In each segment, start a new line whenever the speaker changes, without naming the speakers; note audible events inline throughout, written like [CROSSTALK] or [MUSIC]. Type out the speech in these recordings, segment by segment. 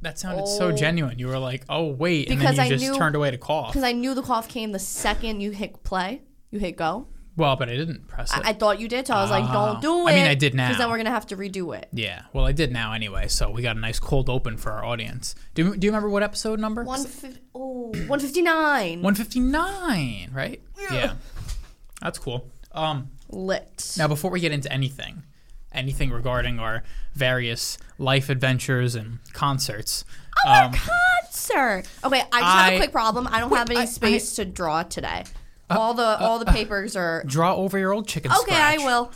That sounded so
Oh.
genuine. You were like, "Oh wait," and
Because
then
I
you just
knew-
turned away to cough.
Because I knew the cough came the second you hit play. You hit go.
Well, but I didn't press it.
I, I thought you did, so I was like,
Oh.
don't do
I
it.
mean, I did now.
Because then we're going to have to redo it.
yeah. Well, I did now anyway, so we got a nice cold open for our audience. Do Do you remember what episode number?
One fif- oh, 159.
One fifty nine, right? Yeah. That's cool. Um,
Lit.
now before we get into anything, anything regarding our various life adventures and concerts. um,
Concert. Okay, I just
I-
have a quick problem. I don't have any
I- Uh,
space to draw today. all the all the papers are.
draw over your old chicken
okay,
scratch.
I will.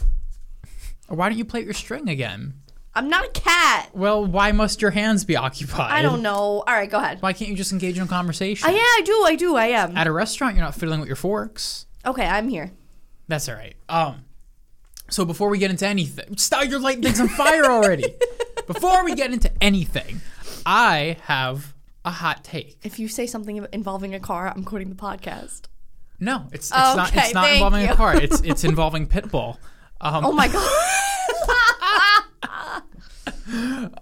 Or why don't you play your string again?
I'm not a cat.
Well, why must your hands be occupied?
I don't know. All right, go ahead.
Why can't you just engage in conversation?
Uh, yeah, I do. I do. I am.
At a restaurant, you're not fiddling with your forks.
Okay, I'm here.
That's all right. Um, so before we get into anything, stop! You're lighting things on fire
[LAUGHS]
already. before we get into anything, I have a hot take.
If you say something involving a car, I'm quitting the podcast.
No, it's it's not
Okay,
it's not
thank
involving a
you.
car.
[LAUGHS]
It's it's involving Pitbull. Um,
Oh my [LAUGHS] god. Oh.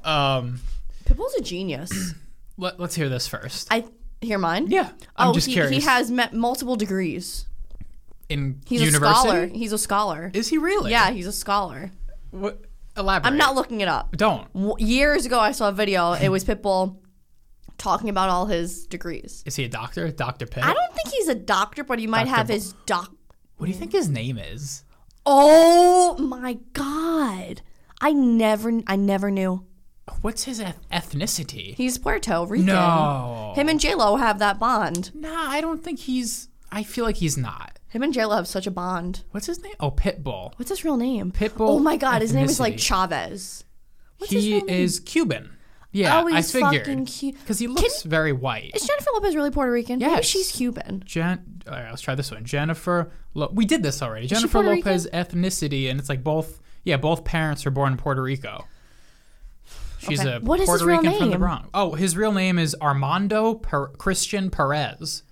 um,
Pitbull's a genius.
let, us hear this first.
I hear mine.
yeah, I'm
oh,
just
he,
curious.
he has met multiple degrees.
in
He's
university.
a scholar. He's a scholar.
Is he really?
yeah, he's a scholar.
What, elaborate.
I'm not looking it up.
Don't.
W- Years ago, I saw a video. It was Pitbull talking about all his degrees.
Is he a doctor? Doctor Pitt.
I don't think he's a doctor, but he might
Dr.
have
Bo-
his doc.
What do you think his name is?
Oh my god! I never, I never knew.
What's his eth- ethnicity?
He's Puerto Rican.
No.
Him and J Lo have that bond.
Nah, I don't think he's. I feel like he's not.
Him and J Lo have such a bond.
What's his name? Oh, Pitbull.
What's his real name?
Pitbull
Oh my god, his name is like
ethnicity.
Chavez. his
he
real name?
is Cuban. Yeah,
Oh, he's
I
fucking
figured
Cu-
because he looks very white.
Is Jennifer Lopez really Puerto Rican? Maybe
Yes.
she's Cuban.
Jen. All right, let's try this one. Jennifer. Lo- we did this already. Jennifer
Puerto
Lopez ethnicity, and it's like both. Yeah, both parents are born in Puerto Rico. She's
Okay.
a
What is
Puerto
his real
Rican from the
name?
Bronx. Oh, his real name is Armando per- Christian Perez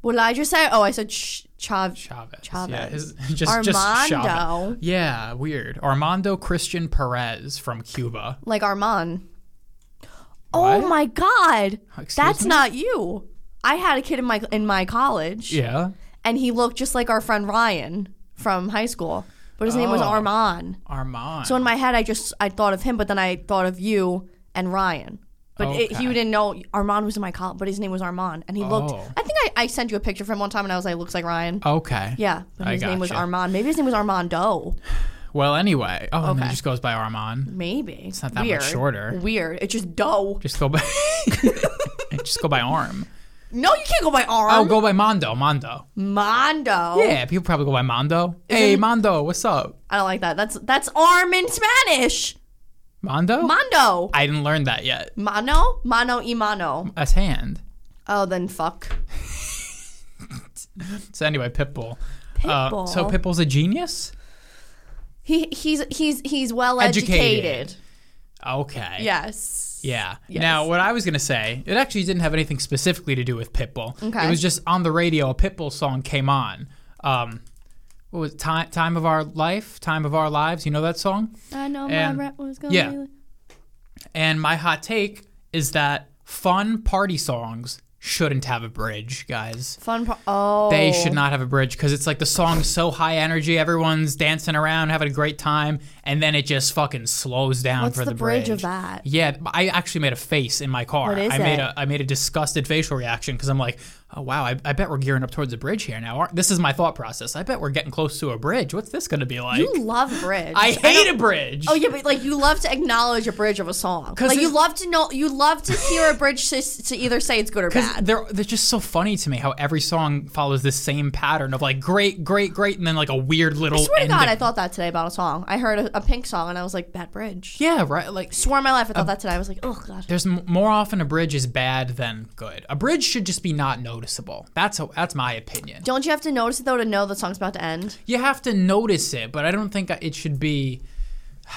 What did I just say? Oh, I said Ch- Chav-
Chavez. Yeah,
Chavez.
his, [LAUGHS] just just Chavez.
Armando.
Yeah, weird. Armando Christian Perez from Cuba.
like Armand.
What?
Oh my God,
Excuse
that's
me?
not you. I had a kid in my in my college,
Yeah.
and he looked just like our friend Ryan from high school, but his name was
Oh.
Armand.
Armand.
So in my head, I just I thought of him, but then I thought of you and Ryan. But it,
Okay.
he didn't know Armand was in my college, but his name was Armand, and he looked.
Oh.
I think I, I sent you a picture of him one time, and I was like, looks like Ryan.
okay.
Yeah, but
I
his name was
gotcha.
Armand. Maybe his name was Armando.
Well, anyway. Oh, and then it
Okay.
just goes by Armand.
Maybe it's
not that much
Weird.
shorter.
Weird. It's just dough.
Just go
[LAUGHS]
by. [LAUGHS] just go by Arm.
No, you can't go by
Oh,
Arm.
go by Mondo. Mondo.
Mondo.
Yeah, people probably go by Mondo. hey, Mondo, what's up?
I don't like that. That's that's arm in Spanish.
Mondo?
Mondo.
I didn't learn that yet.
Mano, mano y mano.
That's hand.
Oh, then fuck.
So anyway, Pitbull. Uh, so
Pitbull.
Pitbull's a genius.
He he's he's he's well
Educated.
educated.
Okay.
Yes.
Yeah.
Yes.
Now, what I was going to say, it actually didn't have anything specifically to do with Pitbull.
Okay.
It was just on the radio, a Pitbull song came on. Um, what was it? Time, time of Our Life? Time of Our Lives? You know that song?
I know
And-
my rap was going.
yeah. And my hot take is that fun party songs shouldn't have a bridge, guys.
Fun. Pro- oh.
They should not have a bridge because it's like the song's so high energy, everyone's dancing around, having a great time, and then it just fucking slows down
What's
for the,
the bridge of that?
Yeah, I actually made a face in my car.
What is
I made
it?
a I made a disgusted facial reaction because I'm like, oh wow, I, I bet we're gearing up towards a bridge here now. aren't- This is my thought process. I bet we're getting close to a bridge. What's this going to be like?
You love bridge.
I hate a bridge.
Oh yeah, but like you love to acknowledge a bridge of a song.
'Cause
Like you
it's-
love to know, you love to hear a bridge to, to either say
[LAUGHS]
it's good or
Because
bad.
they're they're just so funny to me how every song follows this same pattern of like great great great and then like a weird little.
I swear to God, I
ending.
thought that today about a song. I heard a, a Pink song and I was like, bad bridge.
yeah right like
Swear on my life, I
Um,
thought that today. I was like, oh god.
there's m- more often a bridge is bad than good. A bridge should just be not noticeable. That's a, that's my opinion.
Don't you have to notice it though to know the song's about to end?
you have to notice it, but I don't think it should be.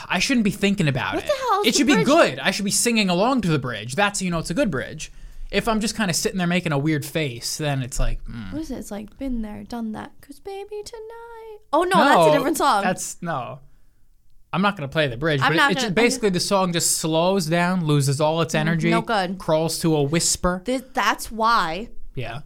I shouldn't be thinking about it.
the hell is
it
the
should be
bridge?
good. I should be singing along to the bridge. That's how you know it's a good bridge. If I'm just kind of sitting there making a weird face, then it's like mm,
What is it? It's like been there, done that. Cause baby tonight. Oh no,
no,
that's a different song.
That's no. I'm not gonna play the bridge,
I'm
but
not
it, it's just-
gonna-
basically the song just slows down, loses all its energy,
no good.
crawls to a whisper.
Th- that's why
yeah,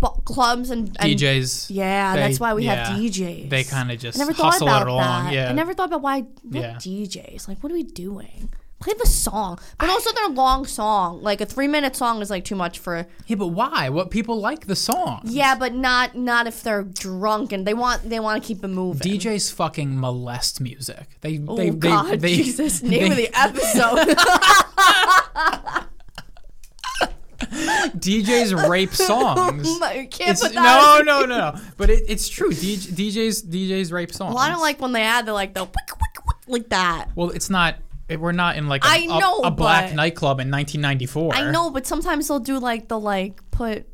bu- clubs and, and
DJs.
Yeah,
they-
that's why we
yeah,
have DJs.
They kind of just
I never thought
hustle
about
it along.
that.
Yeah,
I never thought about why what
Yeah.
DJs. Like, what are we doing? Play the song, but also they're long song. Like a three minute song is like too much for.
yeah, but why? What people like the song?
Yeah, but not not if they're drunk and they want they want to keep it moving.
DJs fucking molest music. They
oh
they, they,
God,
they [LAUGHS]
Jesus! [LAUGHS] Name of the episode. [LAUGHS]
DJs rape songs.
you can't
It's-
put that.
no, no, no, no. But it, it's true. DJ, DJs DJs rape songs.
Well, I don't like when they add the like the wick, wick, wick, like that.
Well, it's not. it- We're not in like a
I
a-
know,
a black
but-
nightclub in 1994.
I know, but sometimes they'll do like the like put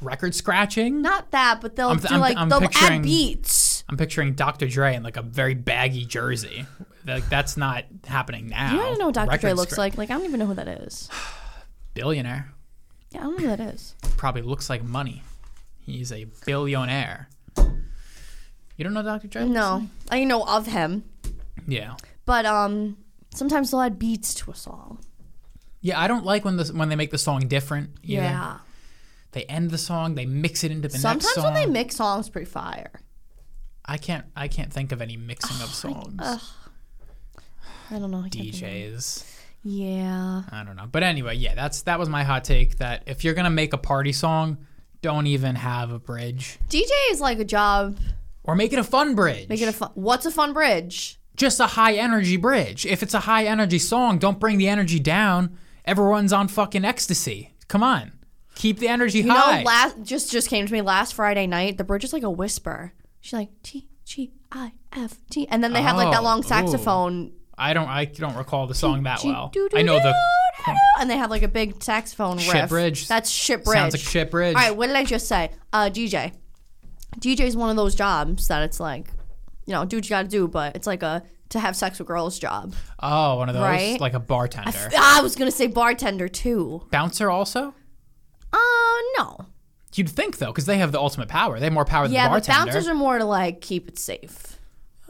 Record scratching.
not that, but they'll
I'm-
do
I'm-
like
I'm
they'll
picturing-
add beats.
I'm picturing Dr. Dre in like a very baggy jersey. Like that's not happening now.
I don't know what Dr. Dre
Oh, Record
looks
scra-
like. Like I don't even know who that is.
Billionaire.
Yeah, I don't know who
[LAUGHS]
that is.
Probably looks like money. He's a billionaire. You don't know Dr. Dre? looks
No, I know of him,
like? Yeah.
but um, sometimes they'll add beats to a song.
Yeah, I don't like when the when they make the song different. either.
Yeah.
They end the song, they mix it into the
Sometimes
next song.
when they mix songs, pretty fire.
I can't I can't think of any mixing of songs.
I don't know. I can't think of-
DJs.
Yeah.
I don't know. But anyway, yeah, that's that was my hot take that if you're gonna make a party song, don't even have a bridge.
DJ is like a job.
Or make it a fun bridge.
Make it a fun. What's a fun bridge?
just a high energy bridge. If it's a high energy song, don't bring the energy down. Everyone's on fucking ecstasy. Come on. Keep the energy
You
high.
know, last just just came to me last Friday night. The bridge is like a whisper. She's like T G I F T, and then they have like that
Oh,
long
ooh.
saxophone,
I don't I don't recall the song that
G-
well.
do, do,
I know the
do, do, and they have like a big saxophone
Shit
riff.
bridge.
That's shit bridge.
sounds like shit bridge.
All right, what did I just say? Uh, DJ. DJ is one of those jobs that it's like, you know, do what you gotta do, but it's like a to have sex with girls job.
Oh, one of those
Right?
like a bartender.
Ah, I was gonna say bartender too.
Bouncer also?
Uh, no.
You'd think though cuz they have the ultimate power. They have more power
Yeah,
than the
but
bartender.
bouncers are more to like keep it safe.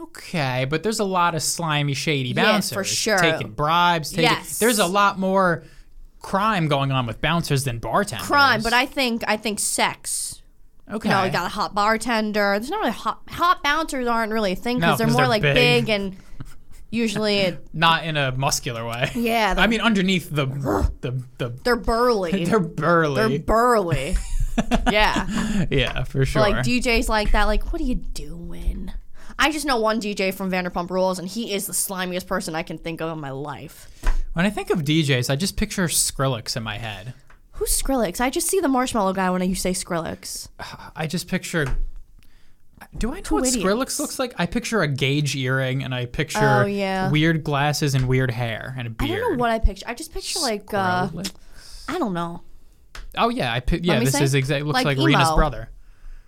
Okay, but there's a lot of slimy, shady
Yeah,
bouncers
for sure.
taking bribes. Taking,
Yes.
there's a lot more crime going on with bouncers than bartenders.
Crime, but I think I think sex.
okay,
You know, we got a hot bartender. There's not really hot hot bouncers aren't really a thing
No,
because they're
'cause
more
they're
like
big.
big and usually it,
[LAUGHS] not in a muscular way.
[LAUGHS] yeah they're,
I mean, underneath the the the
they're burly.
[LAUGHS] they're
They're
burly. [LAUGHS]
burly. yeah.
yeah, for sure.
Like DJs like that, like, what are you doing? I just know one DJ from Vanderpump Rules, and he is the slimiest person I can think of in my life.
when I think of DJs, I just picture Skrillex in my head.
Who's Skrillex? I just see the marshmallow guy when you say Skrillex.
I just picture. Do I know what
idiots.
Skrillex looks like? I picture a gauge earring and I picture
Oh, yeah.
weird glasses and weird hair and a
I
beard.
don't know what I picture. I just picture like, uh,
Skrillex?
I don't know,
Oh yeah, I pi- yeah.
me
This
say.
is exactly looks
Like
like, Rena's
emo.
brother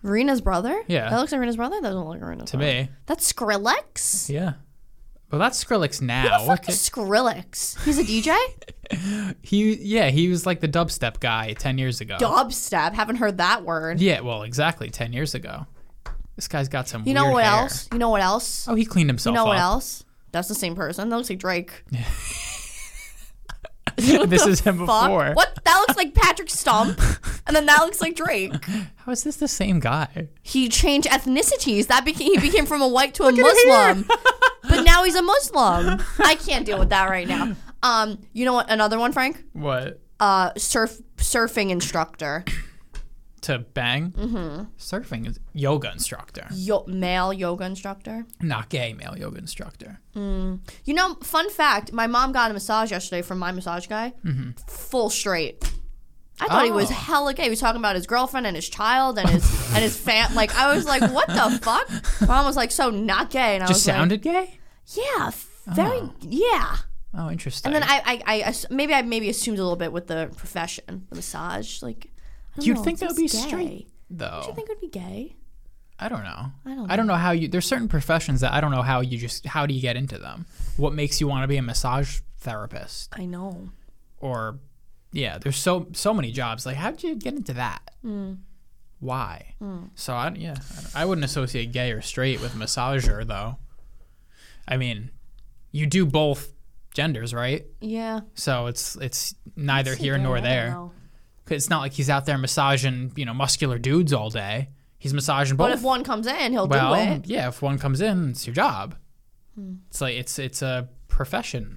Rena's brother.
Yeah.
that looks like Rena's brother. That doesn't look like Rena's
to
brother.
me.
That's Skrillex.
Yeah. Well, that's Skrillex
Who
now.
the fuck
Oh, Okay.
is Skrillex? He's
[LAUGHS]
a DJ.
He yeah, he was like the dubstep guy ten years ago.
Dubstep. Haven't heard that word.
yeah, well, exactly ten years ago. This guy's got some.
You know
weird
what
hair.
else? You know what else?
Oh, he cleaned himself.
you know what
up. [LAUGHS]
else? That's the same person. That looks like Drake.
this is him
fuck?
before.
What? That looks like
[LAUGHS]
Patrick Stump, and then that looks like Drake.
How is this the same guy?
He changed ethnicities. That became he became from a white to a
[LAUGHS]
Muslim, but now he's a Muslim. I can't deal with that
[LAUGHS]
right now. Um, you know what? Another one, Frank.
What
Uh, surf surfing instructor,
to bang? Mm-hmm. Surfing is yoga instructor,
Yo- male yoga instructor.
not gay male yoga instructor.
You know, fun fact: my mom got a massage yesterday from my massage guy, full straight. I thought he was
Mm-hmm. Oh.
hella gay. He was talking about his girlfriend and his child and his and his
[LAUGHS]
fam. Like I was like, what the fuck? My Mom was like, so not gay, and I
Just
was like,
sounded gay.
yeah, very yeah.
Oh, interesting.
And then I, I, I ass- maybe I maybe assumed a little bit with the profession, the massage. Like I don't
You'd
know,
think that would
seems
be
gay.
straight, though.
Do you think it would be gay?
I don't know. I
don't
don't. know how you. There's certain professions that I don't know how you just. How do you get into them? What makes you want to be a massage therapist?
I know.
Or, yeah, there's so so many jobs. Like, how'd you get into that? Why? So I yeah, I, don't- I wouldn't associate gay or straight with massager though. I mean, you do both genders, right?
Yeah.
So it's it's neither
Is he
here nor
I don't
there.
know.
'Cause It's not like he's out there massaging, you know, muscular dudes all day. He's massaging both.
But if one comes in, he'll do
well,
it. Hmm.
yeah, if one comes in, it's your job. It's like it's it's a profession.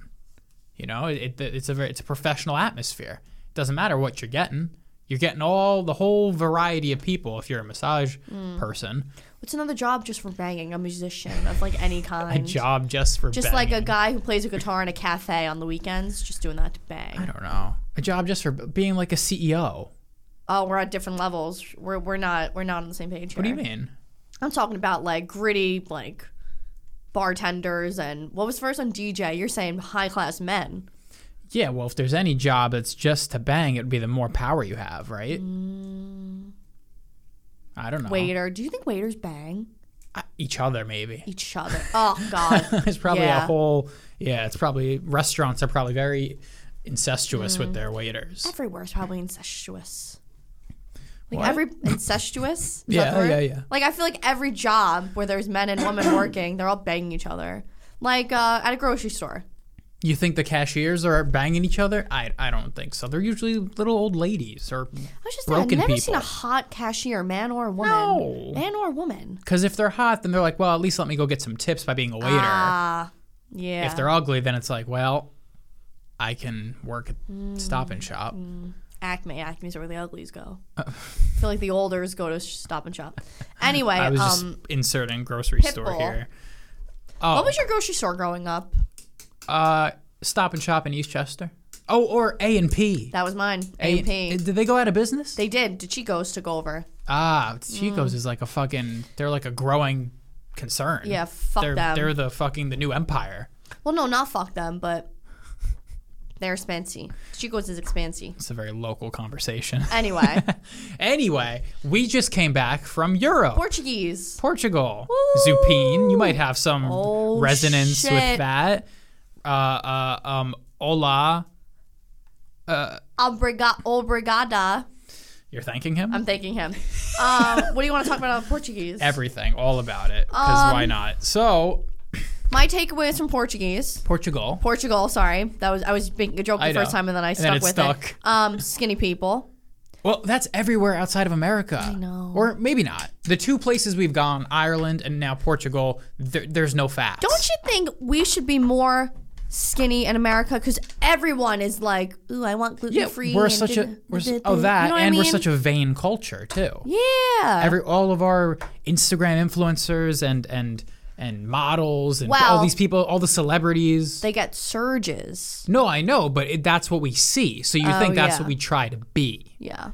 You know, it, it it's a very, it's a professional atmosphere. It doesn't matter what you're getting. You're getting all the whole variety of people if you're a massage
Hmm.
person.
What's another job just for banging? A musician of like
[LAUGHS]
any
A
kind.
job just for
Just like a
banging.
guy who plays a guitar in a cafe on the weekends, just doing that to bang.
I don't know. A job just for being like a E CEO.
Oh, we're at different levels. We're we're not we're not on the same page.
What do you mean?
I'm talking about like gritty like bartenders and what was the first on DJ? You're saying high class men.
Yeah, well, if there's any job that's just to bang, it'd be the more power you have, right?
Hmm.
I don't know.
Waiter. Do you think waiters bang
I- Each other, maybe.
each other? Oh
[LAUGHS]
god.
It's probably a
Yeah.
whole. Yeah, it's probably restaurants are probably very incestuous
Mm-hmm.
with their waiters.
Everywhere is probably incestuous. Like
What?
every incestuous. Is that
Yeah, oh,
the word?
yeah, yeah.
Like I feel like every job where there's men and
[COUGHS]
women working, they're all banging each other. Like uh, at a grocery store.
You think the cashiers are banging each other? I, I don't think so. They're usually little old ladies or
I was just I've
broken
never seen a
people.
hot cashier, man or a woman.
No.
Man or a woman.
Because if they're hot, then they're like, well, at least let me go get some tips by being a waiter.
Ah, yeah.
if they're ugly, then it's like, well, I can work at Stop and Shop.
Mm-hmm. Acme. Acme's where the uglies go.
Uh.
I feel like the olders go to Stop and Shop.
[LAUGHS]
Anyway,
I was
um,
just inserting grocery store
Pitbull.
here. Oh,
what was your grocery store growing up?
uh, Stop and Shop in Eastchester. Oh, or A and P.
That was mine.
A-
A P.
Did they go out of business?
They did. Did she goes took over?
Ah,
Mm.
Chico's is like a fucking. They're like a growing concern.
Yeah, fuck
they're,
them.
They're the fucking the new empire.
Well, no, not fuck them, but they're expansive. She goes is expansive.
It's a very local conversation. [LAUGHS]
Anyway,
anyway, we just came back from Europe,
Portuguese.
Portugal. Zupine, you might have some
Oh,
resonance with
shit.
that. Uh, uh, um, hola.
Obriga- obrigada.
You're thanking him.
I'm thanking him. Um, what do you want to talk about on Portuguese?
Everything, all about it. Because
Um,
why not? So
My takeaways from Portuguese.
Portugal.
Portugal, sorry. That was I was making a joke
I
the first
know.
time and then I
And
stuck
then it
with
stuck.
it. Um, skinny people.
Well, that's everywhere outside of America. I
know.
Or maybe not. The two places we've gone, Ireland and now Portugal, there, there's no facts.
Don't you think we should be more skinny in America? Because everyone is like, ooh, I want gluten
Yeah,
free.
we're such a we're, s- oh that
you know what
and
I mean?
we're such a vain culture too.
yeah.
Every all of our Instagram influencers and and and models and all
Well-
these people, all the celebrities.
they get surges.
no, I know, but it, that's what we see. So you
Oh,
think that's
yeah.
what we try to be,
Yeah.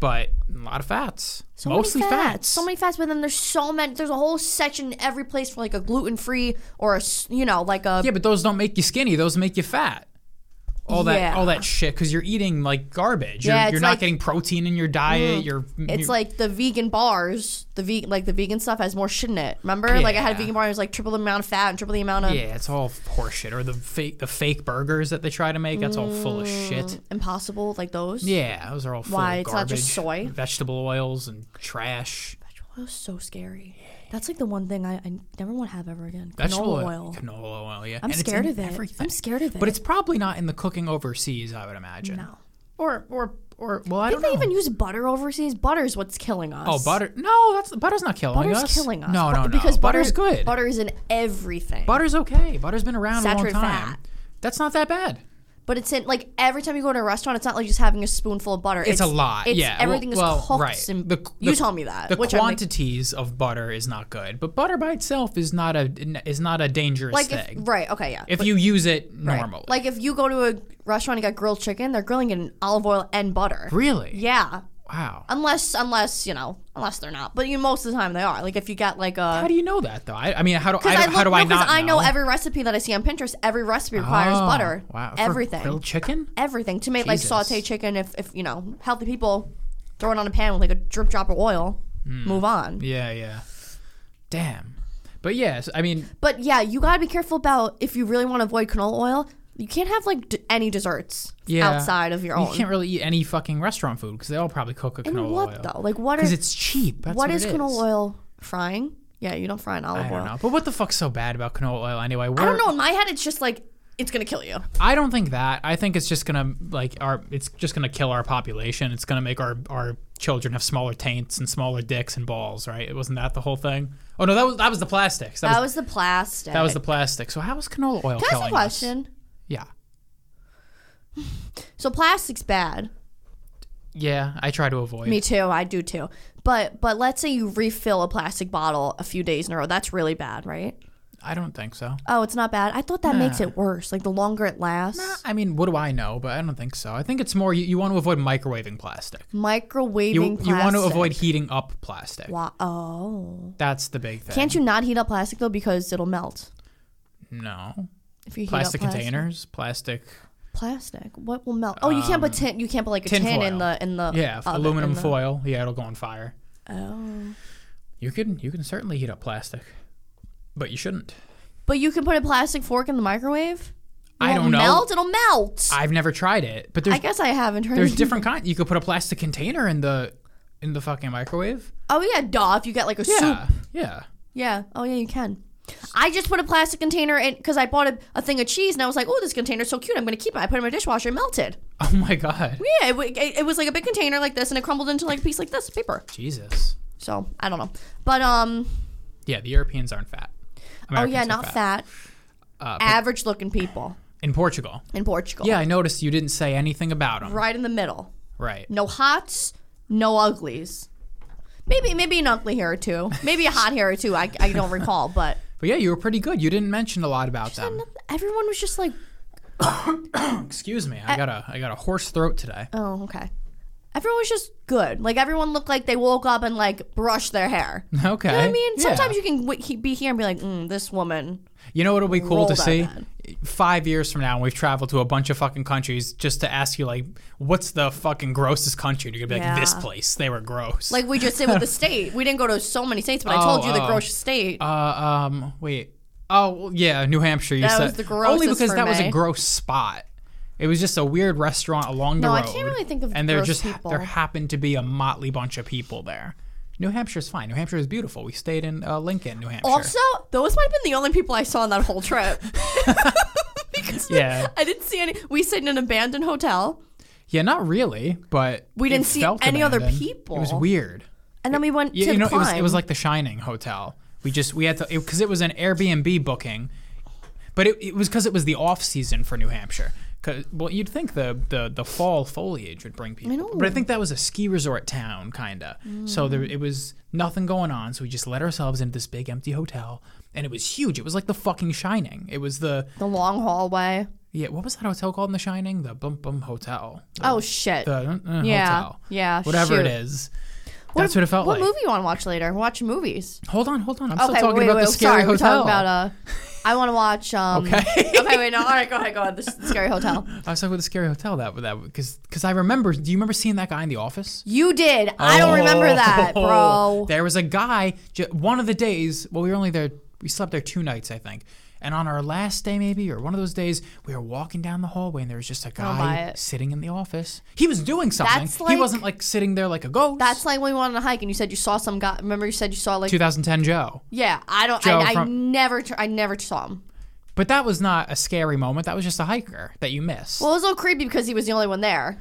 but a lot of fats,
So
mostly
many
fats.
fats. So many fats, but then there's so many. There's a whole section in every place for like a gluten free or a s- you know like a
Yeah, but those don't make you skinny. Those make you fat. All that,
Yeah.
all that shit, because you're eating like garbage. You're,
Yeah, it's
you're not
like- Mm.
getting protein in your diet. You're,
It's
you're-
like the vegan bars, the ve- like the vegan stuff has more shit in it. Remember, like I had a
Yeah.
vegan bar, and it was like triple the amount of fat and triple the amount of
yeah, it's all horseshit. Or the fake, the fake burgers that they try to make. That's all full of shit.
impossible, like those.
Yeah, those are all full
Mm. Why?
of
It's
garbage.
not just soy?
vegetable oils, and trash.
That was so scary. That's like the one thing I, I never want to have ever again.
Vegetable
Canola oil.
canola oil. Yeah,
I'm
And it's
scared
in
of it.
Everything.
I'm scared of it.
But it's probably not in the cooking overseas. I would imagine.
no.
Or or or well, I
I
don't
think they
know.
even use butter overseas. Butter's what's killing us.
oh, butter. No, that's butter's not killing
Butter's
us.
killing us.
No,
Bu-
no, no.
Because
butter's
butter-
good.
Butter is in everything.
Butter's okay. Butter's been around
Saturated
a long time.
fat.
That's not that bad.
but it's in like every time you go to a restaurant, it's not like just having a spoonful of butter.
It's, a lot.
It's,
yeah.
everything
well,
is cooked.
Right.
And,
The-
you
the-
tell me that.
The
which I'm like-
quantities of butter is not good, but butter by itself is not a is not a dangerous
like
thing.
if, right? Okay, yeah.
If you use it
Right.
normally.
Like if you go to a restaurant and get grilled chicken, they're grilling it in olive oil and butter.
really?
Yeah.
Wow.
Unless unless, you know, unless they're not. But you most of the time they are. Like if you get like
How
a
do you know that though? I, I mean, how do I,
because I,
how
look-
do
no,
I
'cause
not?
I know every recipe that I see on Pinterest, every recipe requires
Oh,
butter.
Wow. For
Everything.
grilled chicken.
Everything. To make
Jesus.
like saute chicken if if you know, healthy people throw it on a pan with like a drip drop of oil. Move on.
Hmm. Yeah. Yeah. Damn. But yes, I mean,
But yeah, you gotta be careful about if you really want to avoid canola oil. You can't have like d- any desserts
Yeah.
outside of your
you
own.
can't really eat any fucking restaurant food because they all probably cook a
I mean,
canola
Oh. what
oil.
though? Like what are
Because it's cheap. That's
what
what
is
it
canola oil frying? Yeah, you don't fry an olive
I
oil.
don't know. But what the fuck's so bad about canola oil anyway?
I
We're-
don't know. In my head, it's just like it's gonna kill you.
I don't think that. I think it's just gonna like our. It's just gonna kill our population. It's gonna make our our children have smaller taints and smaller dicks and balls. Right? It wasn't that the whole thing. Oh no, that was that was the plastics. That,
That
was,
was the plastic.
that was the plastic. So how was canola oil
Can I ask
killing
a
us?
question?
Yeah,
So plastic's bad.
yeah. I try to avoid.
Me too. I do too. But but let's say you refill a plastic bottle a few days in a row. That's really bad, right?
I don't think so.
Oh, it's not bad. I thought that makes it worse. Like the longer it lasts,
I mean, what do I know? But I don't think so. I think it's more you, you want to avoid microwaving plastic.
microwaving
You
plastic.
you want to avoid heating up plastic.
Wow. Oh.
That's the big thing.
Can't you not heat up plastic though because it'll melt
No.
if you heat
Plastic
up
containers, plastic.
plastic. Plastic. What will melt? Oh, you can't put tin. You can't put like a
Um, tin
tin,
foil.
in the in the
Yeah,
oven,
aluminum
in Uh, the-
foil. Yeah, it'll go on fire.
Oh.
You can you can certainly heat up plastic, but you shouldn't.
But you can put a plastic fork in the microwave.
I
It
don't
won't
know.
Melt. It'll melt. I,
I've never tried it, but there's
guess I haven't heard. [LAUGHS]
there's different kind. You could put a plastic container in the in the fucking microwave.
Oh yeah, duh. If you get like a soup
Yeah, yeah.
Yeah. Oh, yeah, you can. I just put a plastic container in because I bought a, a thing of cheese and I was like, oh, this container's so cute. I'm going to keep it. I put it in my dishwasher. It melted.
Oh my god,
Yeah, it, w- it, it was like a big container like this and it crumbled into like a piece like this paper.
Jesus.
So I don't know. But, um,
Yeah, the Europeans aren't fat.
oh,
Americans
yeah,
are
not
fat.
fat.
Uh, but
Average looking people
in Portugal.
in Portugal.
Yeah, I noticed you didn't say anything about them.
Right in the middle.
Right.
No hots, no uglies. Maybe, maybe an ugly hair or two. Maybe a hot hair or two. I, I don't
[LAUGHS]
recall, but
But yeah, you were pretty good. You didn't mention a lot about them.
everyone was just like,
Excuse me. I got a I got a hoarse throat today.
Oh, okay. Everyone was just good. Like everyone looked like they woke up and like brushed their hair. You
Okay.
know what I mean, sometimes you can w- he- be here and be like, mm, "This woman."
You know what'll be cool
Roll
to
that
see?
bad.
Five years from now, when we've traveled to a bunch of fucking countries, just to ask you like, what's the fucking grossest country? And you're gonna be like, this
Yeah.
place. They were gross.
Like we just
[LAUGHS]
did with the state. We didn't go to so many states, but I
Oh,
told you the
oh.
gross state.
uh, um, wait. Oh well, yeah, New Hampshire. You
That
said
was the
only
grossest
because
for
that was a
me.
gross spot. It was just a weird restaurant along the
No, I
road.
can't really think of
And there
gross
just
people.
there happened to be a motley bunch of people there. New Hampshire's fine. New Hampshire is beautiful. We stayed in uh, Lincoln, New Hampshire.
also, those might have been the only people I saw on that
[LAUGHS]
whole trip. [LAUGHS] because
Yeah.
I didn't see any. We stayed in an abandoned hotel,
yeah, not really, but
We
it
didn't see
felt
any other
abandoned. It was
people.
weird.
and then we went
Yeah,
to
you know,
the climb.
it was it was like the Shining hotel. We just we had to because it, was an Airbnb booking, but it, it was because it was the off season for New Hampshire. 'Cause- well, you'd think the, the the fall foliage would bring people, but I think that was a ski resort town kinda. So
Mm.
there it was nothing going on. So we just let ourselves into this big empty hotel, and it was huge. It was like the fucking Shining. It was the
the long hallway.
yeah. What was that hotel called in the Shining? The Bum Bum Hotel. The,
Oh shit!
the, uh,
yeah,
hotel.
yeah.
Whatever
shoot.
it is. That's what, it felt
what
like.
movie you want to watch later? Watch movies.
Hold on, hold on. I'm still
Okay,
talking
wait,
about
wait,
the scary
sorry,
hotel.
We're talking about, uh, I want to watch. Um,
Okay.
[LAUGHS] okay, wait, no, all right, go ahead, go ahead. This is the scary hotel.
I was talking about the scary hotel that that because because I remember. Do you remember seeing that guy in the office?
You did. I don't remember that,
Oh, [LAUGHS]
bro.
There was a guy. ju- One of the days. Well, we were only there. We slept there two nights, I think. And on our last day, maybe or one of those days, we were walking down the hallway, and there was just a
buy
guy
it.
sitting in the office. He was doing something.
That's
he
like-
wasn't like sitting there like a ghost.
That's like when we went on a hike and you said you saw some guy. Remember you said you saw like
2010 Joe.
yeah. I don't.
Joe
I, I
from-
never. tr- I never saw him.
But that was not a scary moment. That was just a hiker that you missed.
Well, it was a little creepy because he was the only one there.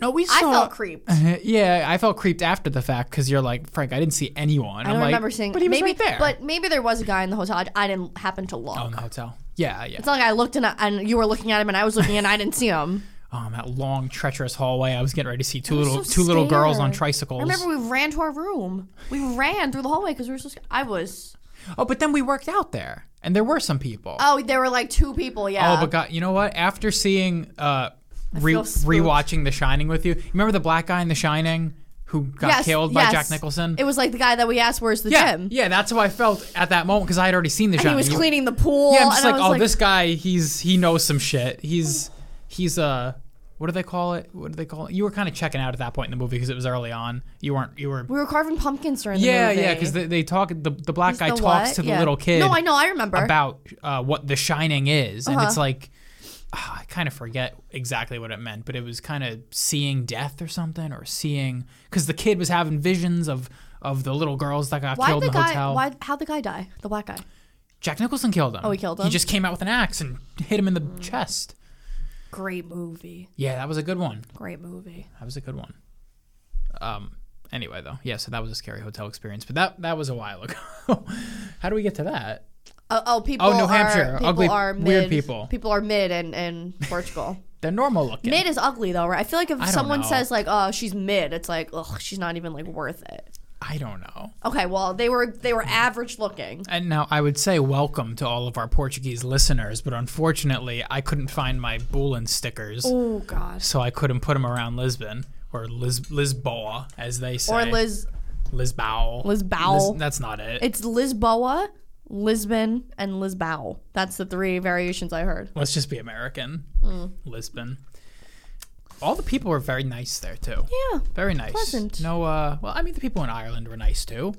no, we saw.
I felt creeped.
[LAUGHS] yeah, I felt creeped after the fact because you're like, Frank, I didn't see anyone.
I don't remember seeing.
But he was
maybe,
right there. Oh.
But maybe there was a guy in the hotel. I, I didn't happen to look.
on the hotel. Yeah, yeah.
It's not like I looked and, I, and you were looking at him and I was looking and I didn't see him.
Um, that long treacherous hallway. I was getting ready to see two
was
little
so
two little girls on
scared.
tricycles.
I remember we ran to our room. We ran through the hallway because we were so scared. I was.
oh, but then we worked out there, and there were some people.
Oh, there were like two people. Yeah.
oh, but God, you know what? After seeing uh, re-
uh, feel spooked.
rewatching The Shining with you, you remember the black guy in The Shining who got
Yes,
killed by
yes.
Jack Nicholson?
It was like the guy that we asked, "Where's the
yeah,
gym?"
yeah. That's how I felt at that moment because I had already seen The
He
Shining.
was
You-
cleaning the pool.
Yeah, I'm just
and I
like,
was
oh, this guy, he's he knows some shit. He's he's uh, what do they call it? What do they call it? You were kind of checking out at that point in the movie because it was early on. You weren't. You were.
We were carving pumpkins during
yeah,
the movie.
yeah, because they, they talk. The, the black guy
The
talks
what?
to the
Yeah.
little kid
No, I know. Uh-huh. I remember.
about uh, what The Shining is, and it's like. ah, I kind of forget exactly what it meant, but it was kind of seeing death or something, or seeing because the kid was having visions of of the little girls that got
Why
killed
the
in the
guy?
hotel.
Why? How the guy die? The black guy.
Jack Nicholson killed him.
Oh, he killed
He
him?
just came out with an axe and hit him in the chest.
Great movie.
Yeah, that was a good one.
Great movie.
That was a good one. Um. Anyway, though, yeah. So that was a scary hotel experience, but that that was a while [LAUGHS] ago. How do we get to that?
Oh, oh people.
New
are-
Hampshire.
People
Ugly,
are
weird
mid,
people.
People are mid and and Portugal.
They're normal looking.
Mid is ugly though, right? I feel like if
don't
someone
know.
says like, "Oh, she's mid," it's like, "Ugh, she's not even like worth it."
I don't know.
Okay, well they were they were average looking.
And now I would say welcome to all of our Portuguese listeners, but unfortunately, I couldn't find my Bulin stickers,
Oh gosh.
so I couldn't put them around Lisbon or Lis- Lisboa, as they say.
Or Liz
Lisboa.
Lisboa.
Lis- that's not it.
It's Lisboa, Lisbon, and Lisboa. That's the three variations I heard.
Let's just be American. Lisbon. All the people were very nice there too.
Yeah.
Very nice.
Pleasant.
No, uh, well, I mean, the people in Ireland were nice too.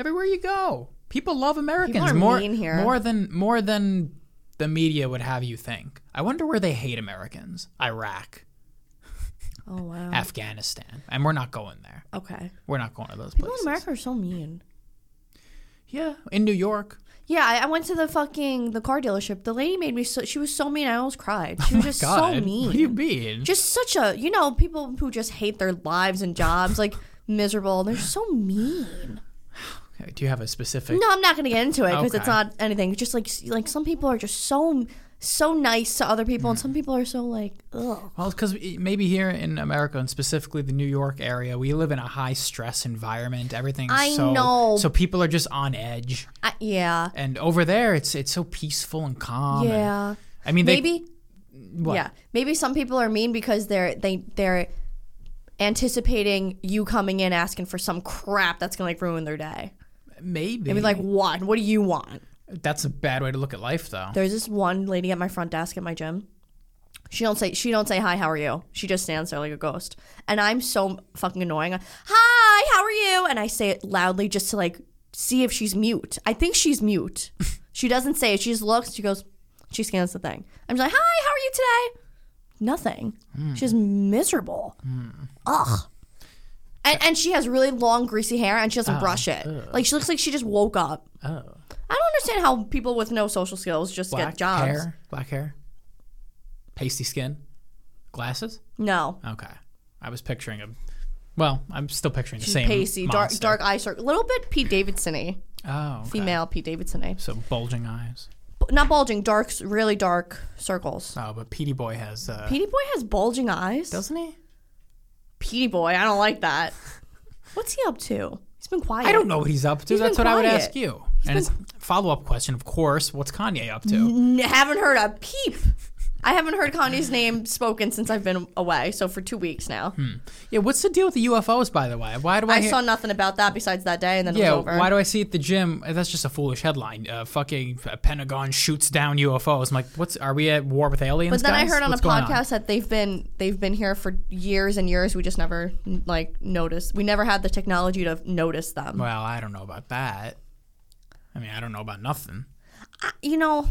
Everywhere you go, people love Americans
People are
more
mean here.
more than more than the media would have you think. I wonder where they hate Americans. Iraq,
Oh wow.
Afghanistan, and we're not going there.
Okay.
We're not going to those
People in
places.
America are so mean.
Yeah, in New York.
Yeah, I, I went to the fucking the car dealership. The lady made me so she was so mean. I almost cried. She was just
Oh God,
so mean.
What do you mean?
just such a you know people who just hate their lives and jobs like miserable. They're so mean.
Okay, do you have a specific?
No, I'm not gonna get into it because it's
Okay.
not anything. Just like like some people are just so so nice to other
Mm.
people, and some people are so like ugh.
Well, because maybe here in America and specifically the New York area, we live in a high stress environment. Everything's
I
so
know.
so people are just on edge.
I, yeah.
And over there, it's it's so peaceful and calm. and-
Yeah.
I mean, they, Mm,
Maybe
what?
Yeah. Maybe some people are mean because they're they they're anticipating you coming in asking for some crap that's gonna like ruin their day.
maybe.
I mean like what? What do you want?
that's a bad way to look at life, though.
There's this one lady at my front desk at my gym. She don't say she don't say hi, how are you? She just stands there like a ghost. And I'm so fucking annoying. Hi, how are you? And I say it loudly just to like see if she's mute. I think she's mute. she doesn't say it. She just looks, she goes, she scans the thing. I'm just like, hi, how are you today? Nothing. She's miserable. Ugh. And, and she has really long, greasy hair, and she doesn't brush it. Like she looks like she just woke up.
Oh,
I don't understand how people with no social skills just
black
get jobs.
hair, black hair, pasty skin, glasses.
No.
Okay, I was picturing a. Well, I'm still picturing the same.
Pacey, dark,
monster.
dark eye circle. Little bit Pete Davidson y.
Oh, okay.
Female Pete Davidson y.
So bulging eyes.
Not bulging, dark, s- really dark circles.
Oh, but Petey Boy has. Uh,
Petey Boy has bulging eyes.
doesn't he?
Petey Boy, I don't like that. What's he up to? He's been quiet.
I don't know what he's up to.
He's
That's what
been
I would
quiet.
ask you. and it's follow up question, of course. What's Kanye up to?
N- haven't heard a peep. I haven't heard Kanye's name spoken since I've been away, so for two weeks now.
Yeah, what's the deal with the UFOs, by the way? Why do Hmm. I,
I
hear-
saw nothing about that besides that day, and then it
Yeah,
was over.
why do I see at the gym? uh, That's just a foolish headline. Uh, fucking uh, Pentagon shoots down UFOs. I'm like, what's? Are we at war with aliens?
But then I
guys?
heard on
What's
a
going
podcast that they've been they've been here for years and years. We just never like noticed. We never had the technology to notice them.
Well, I don't know about that. I mean, I don't know about nothing.
You know,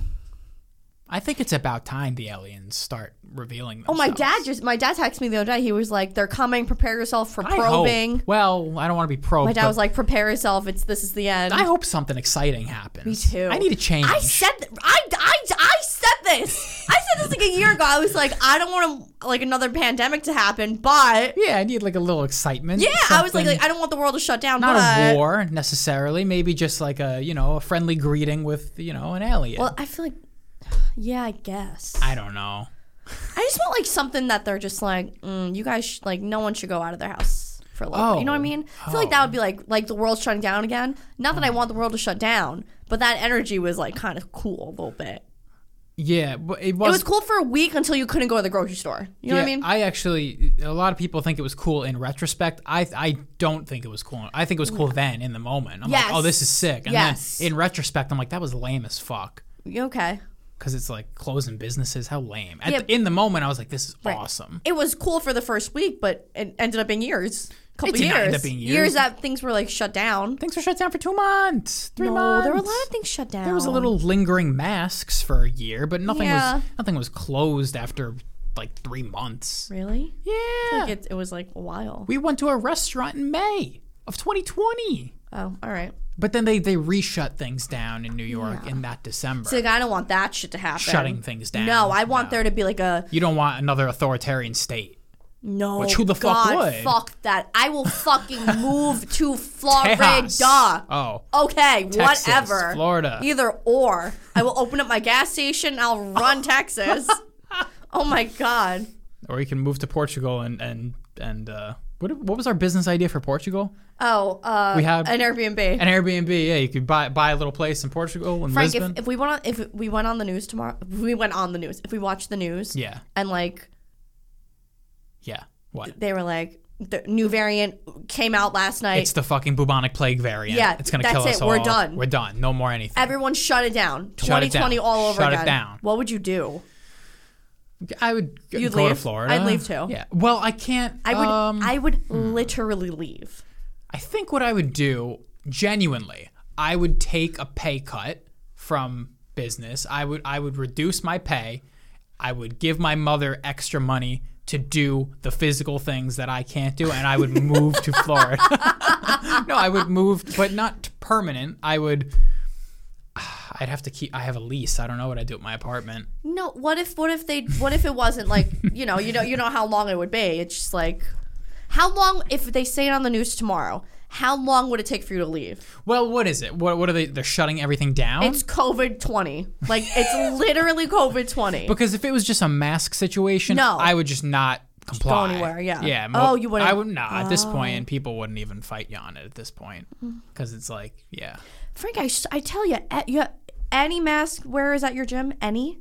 I think it's about time the aliens start revealing.
oh
Themselves.
my dad just my dad texted me the other day. He was like, "They're coming. Prepare yourself for
I hope-
probing."
Well, I don't want to be probed.
My dad
but
was like, "Prepare yourself. It's this is the end."
I hope something exciting happens. Me
too.
I need to change.
I said th- I, I, I said this. I said this like a year ago. I was like, I don't want to like another pandemic to happen, but
yeah, I need like a little excitement.
yeah, I was like,
something-
like I don't want the world to shut down.
not
but
a war necessarily. Maybe just like a you know a friendly greeting with you know an alien.
Well, I feel like yeah, I guess.
I don't know.
I just want like something that they're just like, mm, you guys, sh- like no one should go out of their house for a little. bit. You know what I
Oh.
mean? I feel like that would be like like the world shutting down again. Not
Mm.
that I want the world to shut down, but that energy was like kind of cool a little bit.
Yeah, but it
It
was.
was cool for a week until you couldn't go to the grocery store. You know what I
yeah,
mean?
I actually, a lot of people think it was cool in retrospect. I I don't think it was cool. I think it was cool then in the moment. I'm
Mm. Yes.
like, oh, this is sick. And
Yes.
then in retrospect, I'm like, that was lame as fuck.
You okay.
Because it's like closing businesses. How lame. At
Yeah.
the- in the moment, I was like, this is
Right.
awesome.
It was cool for the first week, but it ended up being years. A couple
It did
years.
not end up being years.
that things were like shut down.
Things were shut down for two months, three
No,
months.
there were a lot of things shut down.
There was a little lingering masks for a year, but nothing
Yeah.
was nothing was closed after like three months.
Really?
Yeah.
Like it, it was like a while.
we went to a restaurant in May. of 2020.
Oh, all right.
But then they they reshut things down in New York in that December,
So like, I don't want that shit to happen.
shutting things down.
No, I want there to be like a
You don't want another authoritarian state.
no.
Which who the fuck
God,
would?
Fuck that. I
[LAUGHS]
will fucking move to Florida.
Chaos. Oh,
Okay,
Texas,
whatever.
Florida.
Either or. I will open up my gas station. I'll
[LAUGHS]
run Texas. Oh my god.
or you can move to Portugal and and and uh, what what was our business idea for Portugal?
Oh, uh,
We have-
an Airbnb.
An Airbnb. Yeah, you could buy buy a little place in Portugal and
Frank,
Lisbon.
if, if we went on, if we went on the news tomorrow, if we went on the news. If we watched the news,
yeah,
and like
yeah. What?
they were like, the new variant came out last night.
It's the fucking bubonic plague variant.
Yeah,
it's gonna
that's
kill us
it. We're
all.
done.
We're done. No more anything.
Everyone shut it down.
Shut it
2020
down.
all over
Shut it
again.
down.
What would you do?
I would g-
You'd
go to
leave?
Florida.
I'd leave too.
Yeah. Well, I can't.
I would
Um,
I would literally leave.
I think what I would do, genuinely, I would take a pay cut from business. I would I would reduce my pay. I would give my mother extra money to do the physical things that I can't do, and I would move to Florida. no, I would move, but not permanent. I would. [SIGHS] I'd have to keep. I have a lease. I don't know what I do at my apartment.
No, what if what if they what if it
[LAUGHS]
wasn't like, you know, you know you know how long it would be. It's just like how long if they say it on the news tomorrow, how long would it take for you to leave?
Well, what is it? What what are they? They're shutting everything down.
It's COVID 20. Like
[LAUGHS]
it's literally COVID 20.
Because if it was just a mask situation,
No.
I would just not comply.
anywhere, yeah.
Yeah.
Oh, you wouldn't- Oh.
I would not at this point, and people wouldn't even fight you on it at this point,
Mm.
because it's like, yeah,
Frank, I, s- I tell you, you any mask wearers at your gym, any?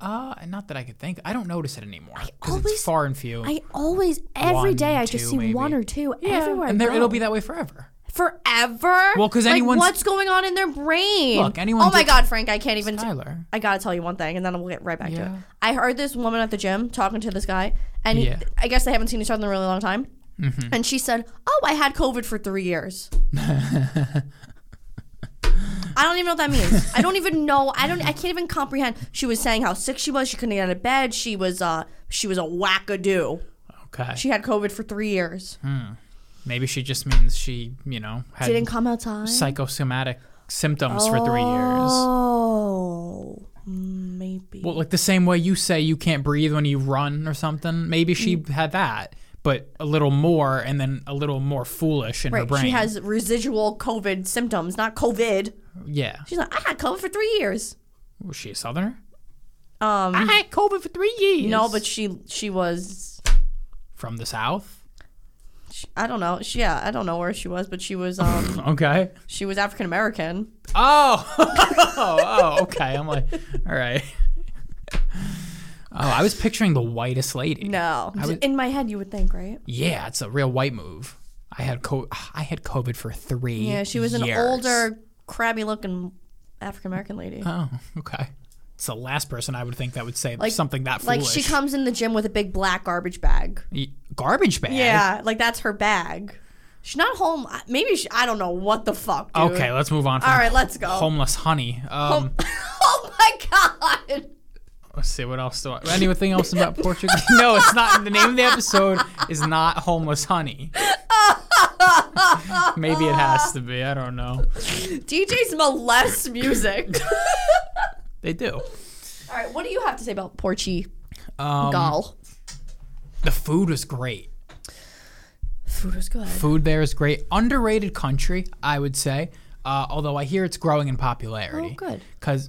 uh, not that I could think. I don't notice it anymore because
always-
it's far and few.
I always every
One,
day I just
two,
see one
maybe.
or two everywhere.
and there,
I
it'll
go.
be that way forever.
forever.
Well, 'cause
Like,
anyone's-
what's going on in their brain?
Look, anyone
Oh my
did-
god, Frank, I can't even.
Tyler,
I gotta tell you one thing, and then we'll get right back to
Yeah.
it. I heard this woman at the gym talking to this guy, and he-
Yeah. Mm-hmm.
I guess they haven't seen each other in a really long time. And she said, "Oh, I had COVID for
[LAUGHS]
three years." I don't even know what that means. I don't even know. I don't. I can't even comprehend. She was saying how sick she was. She couldn't get out of bed. She was. Uh, she was a wackadoo.
okay,
She had COVID for three years.
maybe she just means she, you know, had
Didn't come outside.
psychosomatic symptoms for three years.
Oh, maybe.
Well, like the same way you say you can't breathe when you run or something. Maybe she
Mm.
had that, but a little more, and then a little more foolish in her
right.
brain.
She has residual COVID symptoms, not COVID.
yeah.
She's like, I had COVID for three years.
Was she a southerner?
Um,
I had COVID for three years.
no, but she she was.
from the south.
She, I don't know. She, yeah, I don't know where she was, but she
[LAUGHS]
was um
Okay.
she was African American.
Oh. [LAUGHS] oh. Oh. Okay. I'm like, all right. Oh, I was picturing the whitest lady.
No, in my head you would think, right?
Yeah, it's a real white move. I had co- I had COVID for three.
Yeah, she was an
years.
older, crabby looking African American lady.
Oh, okay. It's the last person I would think that would say something that
like
foolish.
she comes in the gym with a big black garbage bag.
Y- garbage bag.
Yeah, like that's her bag. She's not home. Maybe she, I don't know what the fuck. Dude.
Okay, let's move on. From
All right, let's go.
Homeless honey. Um,
[LAUGHS] oh my god.
let's see what else. Do I, anything else about Portugal? [LAUGHS] no, it's not. The name of the episode is not homeless honey. [LAUGHS] Maybe it has to be. I don't know.
DJs molest music. [LAUGHS]
They do.
All right, what do you have to say about Porchy
Um,
Gal?
The food was great.
Food was good.
Food there is great. Underrated country, I would say. Uh, although I hear it's growing in popularity.
Oh, good.
[LAUGHS] Because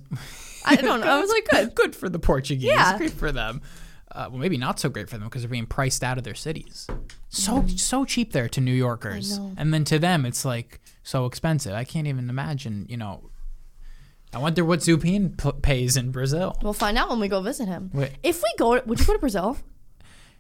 I don't know. I was like, good.
good for the Portuguese.
Yeah.
Great for them. Uh, well, maybe not so great for them because they're being priced out of their cities. So
Mm.
so cheap there to New Yorkers, and then to them it's like so expensive. I can't even imagine. You know, I wonder what Zupin p- pays in Brazil.
We'll find out when we go visit him.
Wait.
If we go, would you go to Brazil?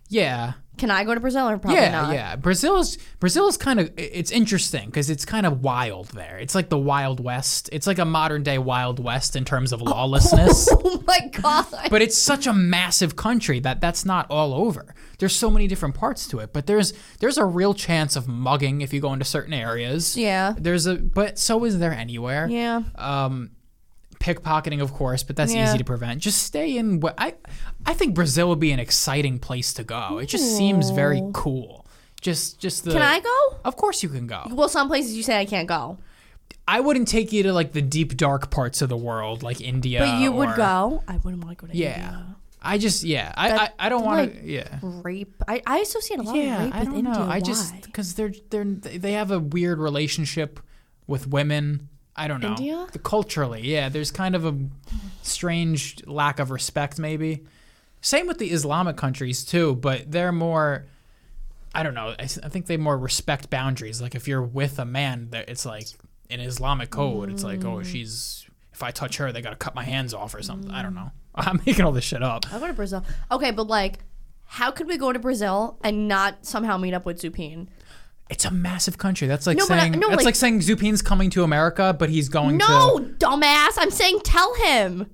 Yeah,
Can I go to Brazil or probably
yeah,
not?
yeah. Brazil's Brazil's kind of it's interesting because it's kind of wild there. It's like the Wild West. It's like a modern day Wild West in
[LAUGHS]
terms of lawlessness.
[LAUGHS] Oh my god.
but it's such a massive country that that's not all over. There's so many different parts to it, but there's there's a real chance of mugging if you go into certain areas.
Yeah.
There's a but so is there anywhere.
yeah.
Um pickpocketing of course, but that's
Yeah.
easy to prevent. Just stay in what I I think Brazil would be an exciting place to go. It just seems very cool. Just just the
Can I go?
Of course you can go.
Well, some places you say I can't go,
I wouldn't take you to like the deep dark parts of the world, like India.
but you would
or-
go. I wouldn't want to go to
Yeah.
India.
I just yeah. I I,
That-
I don't want
like,
to yeah.
Rape. I, I associate a lot of
Yeah,
rape
I
with
don't
India.
know.
Why?
I just because they're they're they have a weird relationship with women. I don't know.
India?
Culturally, yeah. There's kind of a strange lack of respect, maybe. Same with the Islamic countries too, but they're more. I don't know. I, th- I think they more respect boundaries. Like if you're with a man, that it's like an Islamic code. It's like
Mm.
oh, she's if I touch her, they gotta cut my hands off or something. I don't know. [LAUGHS] I'm making all this shit up.
I go to Brazil. Okay, but like, how could we go to Brazil and not somehow meet up with Zupin?
It's a massive country. That's like
No, but I-
saying
no,
that's
like-
like, saying Zupin's coming to America, but he's going
No,
to
dumbass. I'm saying tell him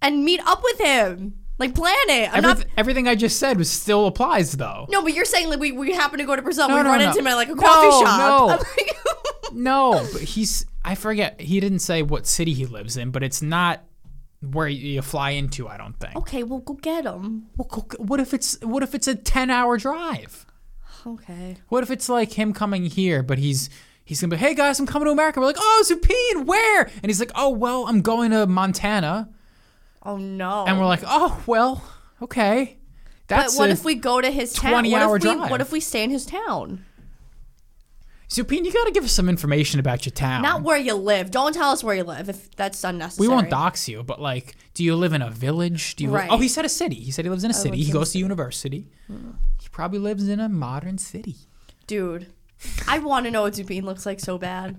and meet up with him. Like plan it. I'm
Everyth-
not.
everything I just said was still applies though.
No, but you're saying like we, we happen to go to Brazil. we
no,
run
no.
into him at like a
No,
coffee shop.
no.
I'm [LAUGHS] like,
No, but he's I forget he didn't say what city he lives in, but it's not where you you fly into, I don't think.
okay, well go get him.
Oh, Well, co- co- What if it's what if it's a 10-hour drive?
Okay.
What if it's like him coming here, but he's he's gonna be, hey guys, I'm coming to America. We're like, oh, Zupin, where? And he's like, oh well, I'm going to Montana,
Oh no.
and we're like, oh well, okay.
but
That's
what
a-
if we go to his town? What
20-hour
if we
drive.
what if we stay in his town?
Zupin, you got to give us some information about your town.
Not where you live. Don't tell us where you live if that's unnecessary.
we won't dox you, but like, do you live in a village? Do you?
Right.
oh, he said a city. He said he lives in a city.
lives
He
in a Mm.
goes to university. He probably lives in a modern city.
Dude, I want to know what Zupin looks like so bad.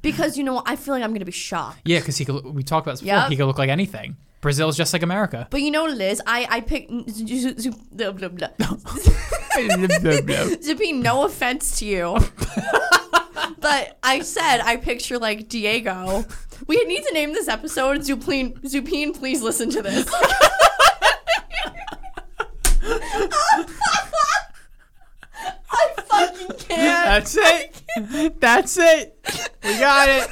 Because you know what? I feel like I'm gonna be shocked.
Yeah, because he could. We talked about this before.
Yep.
He could look like anything. Brazil's just like America.
[LAUGHS] But you know, Liz, I I picked Z- Z- blah, blah, blah.
[LAUGHS] Zupin
Zupin. No offense to you, but I said I picture like Diego. We need to name this episode Zupin. Zupin, please listen to this. [LAUGHS] I fucking can't.
That's it. That's it. We got it.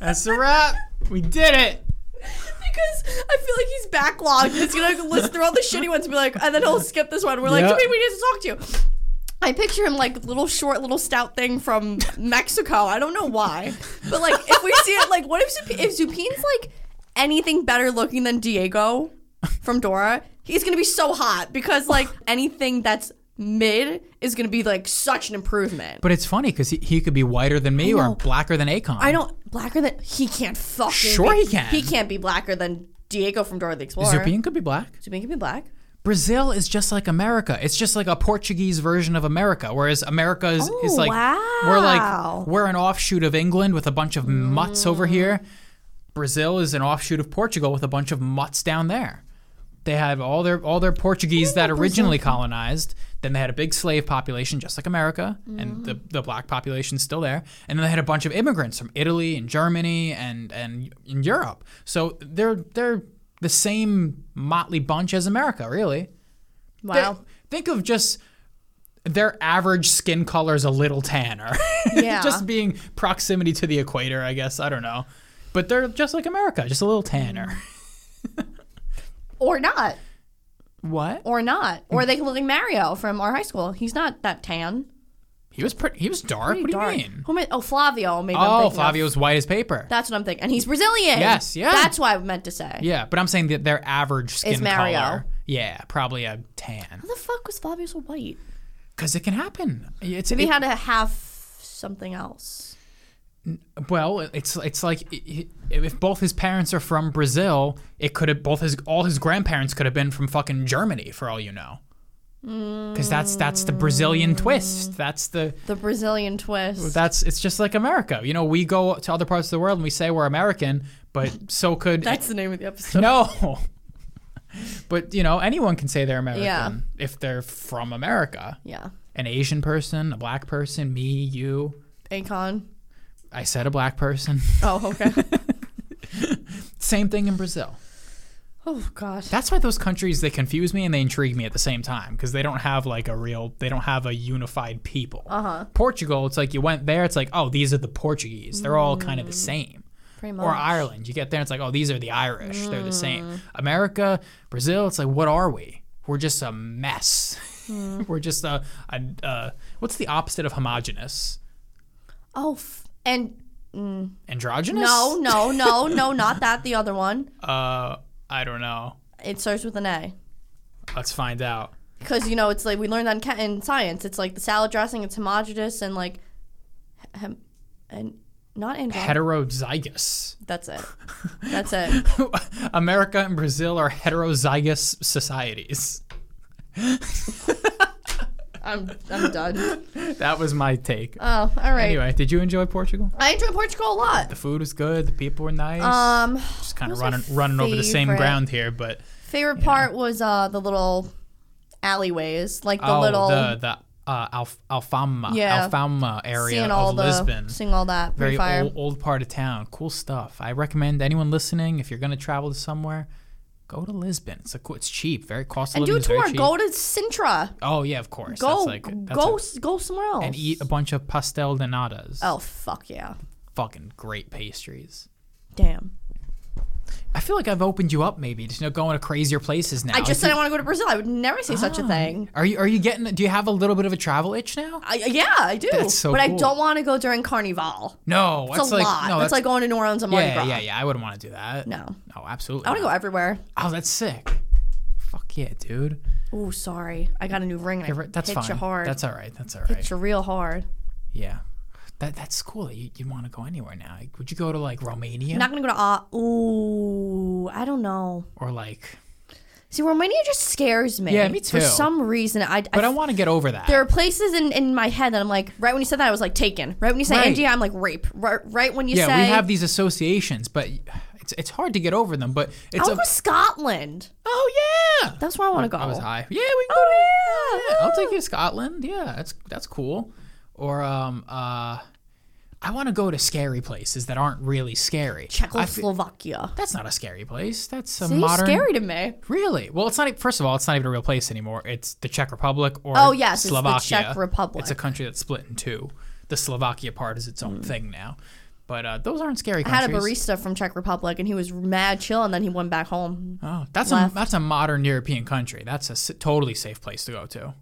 That's a wrap. We did it.
Because I feel like he's backlogged. He's gonna like, listen through all the shitty ones and be like, and then he'll skip this one. We're like,
Yeah.
Jimmy, we need to talk to you. I picture him like little short, little stout thing from Mexico. I don't know why, but like if we see it, like what if Zup- if Zupin's like anything better looking than Diego from Dora, he's gonna be so hot because like anything that's mid is gonna be like such an improvement.
But it's funny because he, he could be whiter than me
I
or
know.
blacker than Akon.
I don't blacker than he can't fucking
Sure
be-
he can.
He can't be blacker than Diego from Dora the Explorer.
Zupin could be black.
Zupin can be black.
Brazil is just like America. It's just like a Portuguese version of America, whereas America is, is
Oh,
like we're
wow.
like we're an offshoot of England with a bunch of mutts over here. Brazil is an offshoot of Portugal with a bunch of mutts down there. They have all their all their Portuguese that originally colonized. Then they had a big slave population, just like America, and
Mm-hmm.
the, the black population's still there. And then they had a bunch of immigrants from Italy and Germany and and in Europe. So they're they're the same motley bunch as America, really. They-
Wow. [LAUGHS]
Think of just their average skin color is a little tanner. [LAUGHS]
Yeah.
just being proximity to the equator, I guess. I don't know. But they're just like America, just a little tanner.
or not.
What?
Or not. Or they can look like Mario from our high school. He's not that tan.
He was pretty. He was dark. What do
Dark.
you mean?
Who am I- oh, Flavio. Maybe I'm
Oh,
thinking of.
Flavio's white as paper.
That's what I'm thinking. And he's Brazilian.
Yes, yeah.
That's what I meant to say.
yeah, but I'm saying that their average skin
Is Mario.
color. Yeah, probably a tan.
How the fuck was Flavio so white?
Because it can happen. It's
Maybe
it-
he had to have something else.
Well, it's it's like i- i- if both his parents are from Brazil, it could have both his all his grandparents could have been from fucking Germany for all you know. Because that's that's the Brazilian twist. That's the
The Brazilian twist.
that's it's just like America. You know, we go to other parts of the world and we say we're American, but so could [LAUGHS]
That's the name of the episode.
no. but you know, anyone can say they're American
Yeah.
if they're from America.
Yeah.
An Asian person, a black person, me, you.
Akon.
I said a black person. [LAUGHS]
Oh, okay.
Same thing in Brazil.
oh, gosh.
That's why those countries they confuse me and they intrigue me at the same time because they don't have like a real they don't have a unified people. Uh-huh. Portugal, it's like you went there, it's like oh these are the Portuguese, they're all kind of the same.
Pretty Mm. much. Mm.
Or Ireland, you get there, it's like oh these are the Irish, they're the same. America, Brazil, it's like what are we? We're just a mess.
Mm.
[LAUGHS] We're just a, a, a what's the opposite of homogenous?
Oh, f- and
Androgynous?
no, no, no, no, not that. The other one.
Uh, I don't know.
It starts with an A.
Let's find out.
Because you know, it's like we learned on ca- in science. It's like the salad dressing. It's homogenous and like, hem- and not androgynous.
Heterozygous. [LAUGHS]
That's it. That's it.
America and Brazil are heterozygous societies.
I'm I'm done.
That was my take.
Oh, all right.
anyway, did you enjoy Portugal?
I enjoy Portugal a lot.
The food was good. The people were nice.
Um,
just kind of
who's my
running running over the same
favorite?
ground here, but
favorite part was uh the little alleyways, like the
oh,
little
the the uh, Alf- Alfama
Yeah.
Alfama area of
seeing all the
Lisbon.
seeing all that
Very
fire.
old, old part of town. Cool stuff. I recommend anyone listening if you're going to travel to somewhere, go to Lisbon. It's a cool, it's cheap. Very cost of
and do
living
a
is very
tour.
cheap.
Go to Sintra.
Oh yeah, of course.
Go
that's like, that's
go
a-
s go somewhere else.
and eat a bunch of pastel de natas.
oh fuck yeah!
fucking great pastries.
Damn.
I feel like I've opened you up maybe to you know, going to crazier places now.
I just
If Ah.
said I want to go to Brazil. I would never say such a thing.
you- are you are you getting do you have a little bit of a travel itch now?
I, yeah, I do.
That's so
but I
cool.
don't want to go during Carnival.
No,
It's
that's
a
like
lot.
no,
that's,
that's,
like going to New Orleans and Mardi
yeah,
Gras.
yeah, yeah. I wouldn't want to do that.
No,
No, absolutely.
I want to go everywhere.
Oh, that's sick. Fuck yeah, dude.
Oh, sorry, I got a new ring. And
You're
I
right, That's
hit
fine.
you hard.
That's all right. That's all right.
hit you real hard.
Yeah. That that's cool. that You you want to go anywhere now? Like, would you go to like Romania
I'm not gonna go to. Uh, ooh, I don't know.
or like?
See, Romania just scares me.
Yeah, me
For
too.
some reason, I.
But I want to get over that.
there are places in, in my head that I'm like, right when you said that, I was like, taken. Right when you say
Right.
India, I'm like, rape. Right, right when you
yeah,
say,
we have these associations, but it's it's hard to get over them. But it's
I'll
a,
go to Scotland.
oh yeah.
That's where I want to go.
I was high. Yeah, we can go
Oh,
to. Yeah, I'll take you to Scotland. Yeah, that's that's cool. Or um uh, I want to go to scary places that aren't really scary. I fe-
Czechoslovakia.
that's not a scary place. That's a
See,
modern.
scary to me.
Really? Well, it's not. e- First of all, it's not even a real place anymore. It's the Czech Republic or
Oh, yes, it's the
Slovakia.
Czech Republic. Hmm.
It's a country that's split in two. The Slovakia part is its own thing now. But uh, those aren't scary
I
countries.
had a barista from Czech Republic, and he was mad chill, and then he went back home.
Oh, that's a that's a modern European country. That's a s- totally safe place to go to.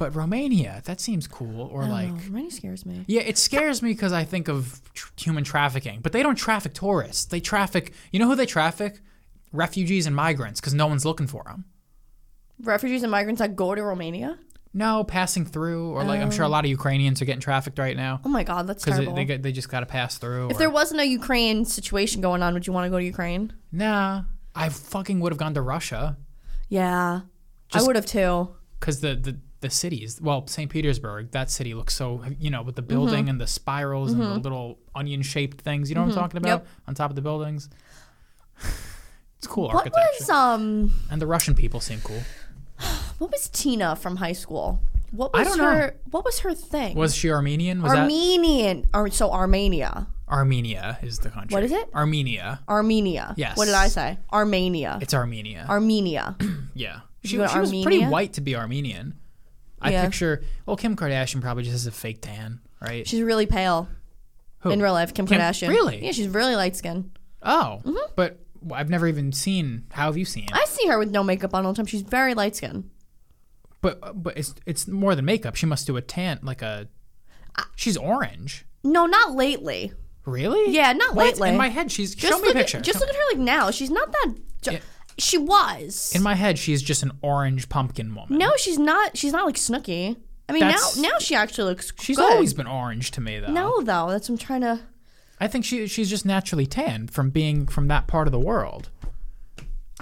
But Romania, that seems cool. Or like,
Oh, Romania scares me.
yeah, it scares me because I think of tr- human trafficking. But they don't traffic tourists. They traffic. You know who they traffic? Refugees and migrants, because no one's looking for them.
Refugees and migrants that go to Romania.
No, passing through, or like I'm sure a lot of Ukrainians are getting trafficked right now
Oh my god, that's
because
Oh. terrible.
they get- they just got to pass through.
if
or-
there wasn't a Ukraine situation going on, would you want to go to Ukraine?
nah, I fucking would have gone to Russia
Yeah, I would have too.
because the, the the cities, well, St. Petersburg, that city looks so you know with
Mm-hmm.
the building and the spirals and the little onion shaped things. You know what I'm talking about
Mm-hmm. Yep.
on top of the buildings. [SIGHS] it's cool
What
architecture,
was um?
and the Russian people seem cool.
What was Tina from high school? What was
I don't know.
her? What was her thing?
Was she Armenian? Was
Armenian. Ar- so Armenia.
that Armenia is the country?
What is it?
Armenia.
Armenia.
Yes.
What did I say? Armenia.
It's Armenia.
Armenia.
Yeah. She, she
go
was
to
pretty
Armenia?
white to be Armenian. I
Yeah.
picture, well, Kim Kardashian probably just has a fake tan, right?
she's really pale.
Who?
In real life, Kim,
Kim-
Kardashian.
really?
Yeah, she's really light skinned.
oh,
mm-hmm.
but I've never even seen. How have you seen?
I see her with no makeup on all the time. She's very light skinned.
But but it's it's more than makeup. She must do a tan, like a. She's orange.
No, not lately.
Really?
Yeah, not
What?
lately.
In my head, she's.
Just
show me a
look
picture.
At, just
Show-
look at her like now. She's not that. Ju-
Yeah.
She was.
in my head, she's just an orange pumpkin woman.
no, she's not. She's not like Snooki. I mean,
That's-
now now she actually looks.
She's
good.
always been orange to me, though.
No, though. That's what I'm trying to.
I think she she's just naturally tan from being from that part of the world.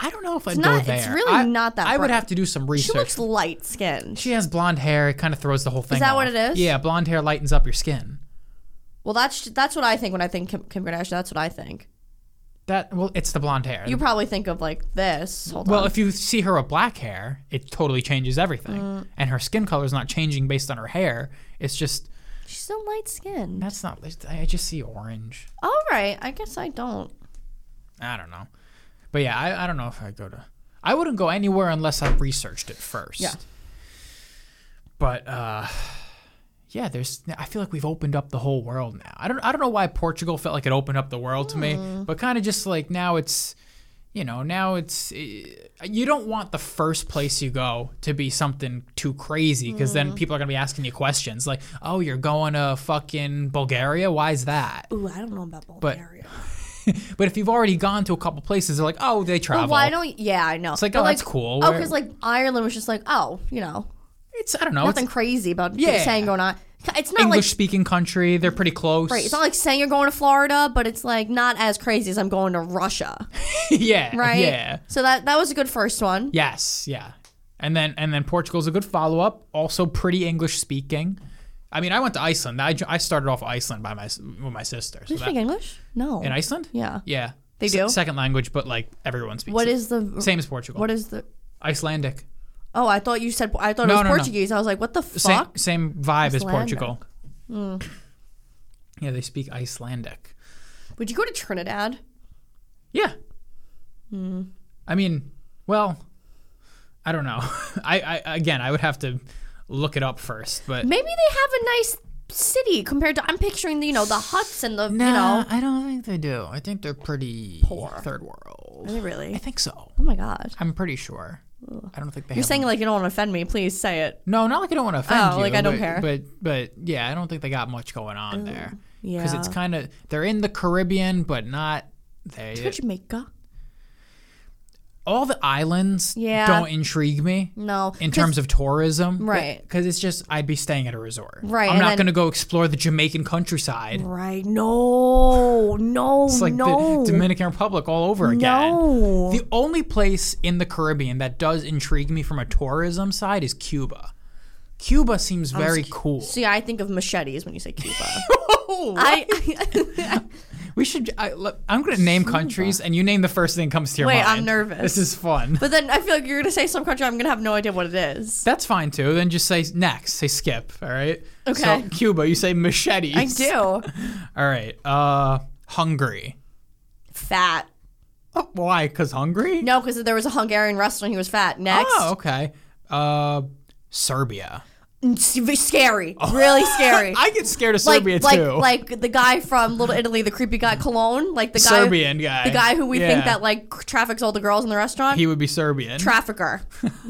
I don't know if I'd
not-
go
it's
there.
really
I-
not that
I would
bright.
have to do some
She
research.
looks light skinned.
She has blonde hair. It kind of throws the whole thing.
that what
off.
it is?
Yeah, blonde hair lightens up your skin.
Well, that's that's what I think when I think Kim, Kim Kardashian. That's what I think.
That well, it's the blonde hair.
You probably think of like this. Hold
well,
on.
if you see her with black hair, it totally changes everything. And her skin color is not changing based on her hair. It's just
She's still light skinned.
that's not. I just see orange.
All right. I guess I don't.
I don't know, but yeah, I, I don't know if I go to. I wouldn't go anywhere unless I researched it first.
Yeah.
But uh, yeah, there's. I feel like we've opened up the whole world
Mm.
now. I don't. I don't know why Portugal felt like it opened up the world to me, but kind of just like now it's. you know, now it's eh, you don't want the first place you go to be something too crazy because
Mm.
then people are gonna be asking you questions like, "Oh, you're going to fucking Bulgaria? Why is that?"
Ooh, I don't know about Bulgaria.
But if you've already gone to a couple places, they're like, "Oh, they travel."
But why don't? Yeah, I know. It's
like, oh, that's cool.
Oh,
Where-
because like Ireland was just like, oh, you know,
it's I don't know.
nothing crazy about
Yeah.
saying you're not. It's
it's
not
English
like
speaking country. They're pretty close.
Right. It's not like saying you're going to Florida, but it's like not as crazy as I'm going
[LAUGHS]
to Russia,
[LAUGHS] yeah.
right?
Yeah.
So that that was a good first one.
Yes, yeah. And then and then Portugal's a good follow up, also pretty English speaking. I mean, I went to Iceland. I, j- I started off Iceland by my s- with my sister. So
Do you
that,
speak English? No.
in Iceland?
yeah.
Yeah.
They
S-
do?
Second language, but like everyone speaks.
What
it.
is the
same as Portugal?
what is the?
Icelandic.
Oh, I thought you said I thought
No,
it was
no, no.
Portuguese. I was like, what the
Same
fuck?
same vibe as
Icelandic. Hmm.
Portugal. Yeah, they speak Icelandic.
Would you go to Trinidad?
Yeah.
Hmm.
I mean, well, I don't know. [LAUGHS] I, I again, I would have to look it up first, but
Maybe they have a nice city compared to. I'm picturing the you know the huts and the you
Nah,
know.
I don't think they do. I think they're pretty
Poor.
third world.
Really, Really?
I think so.
Oh my god.
I'm pretty sure. I don't think they.
You're
have
saying
them.
like you don't want to offend me. Please say it.
no, not like I don't want to offend
Oh,
you.
like, I don't
but,
care.
But but yeah, I don't think they got much going on there. because it's
yeah.
kind of they're in the Caribbean, but not there.
Go to Jamaica.
All the islands
Yeah.
don't intrigue me.
No.
In
'Cause-
terms of tourism,
Right.
Because it's just I'd be staying at a resort.
Right,
I'm
and
not
then-
going to go explore the Jamaican countryside.
Right. No. No.
It's like
no.
the Dominican Republic all over again.
No.
The only place in the Caribbean that does intrigue me from a tourism side is Cuba. Cuba seems very cool.
See, I think of machetes when you say [LAUGHS] Cuba. I,
we should. I, look, I'm going to name countries, and you name the first thing that comes to your
Wait,
mind.
I'm nervous.
This is fun.
but then I feel like you're gonna say some country. I'm gonna have no idea what it is.
That's fine too. Then just say next. Say skip. All right.
Okay.
So Cuba, you say machetes.
I do.
All right. Uh, Hungary.
fat.
Oh, why? Because Hungary.
No, because there was a Hungarian wrestler. He was fat. Next.
Oh, okay. Uh, Serbia.
S- Scary. Really scary.
Oh. [LAUGHS] I get scared of
like,
Serbia
like,
too.
like the guy from Little Italy, the creepy guy, Cologne, like the guy,
Serbian guy.
the guy who we
Yeah.
think that like traffics all the girls in the restaurant,
he would be Serbian.
trafficker.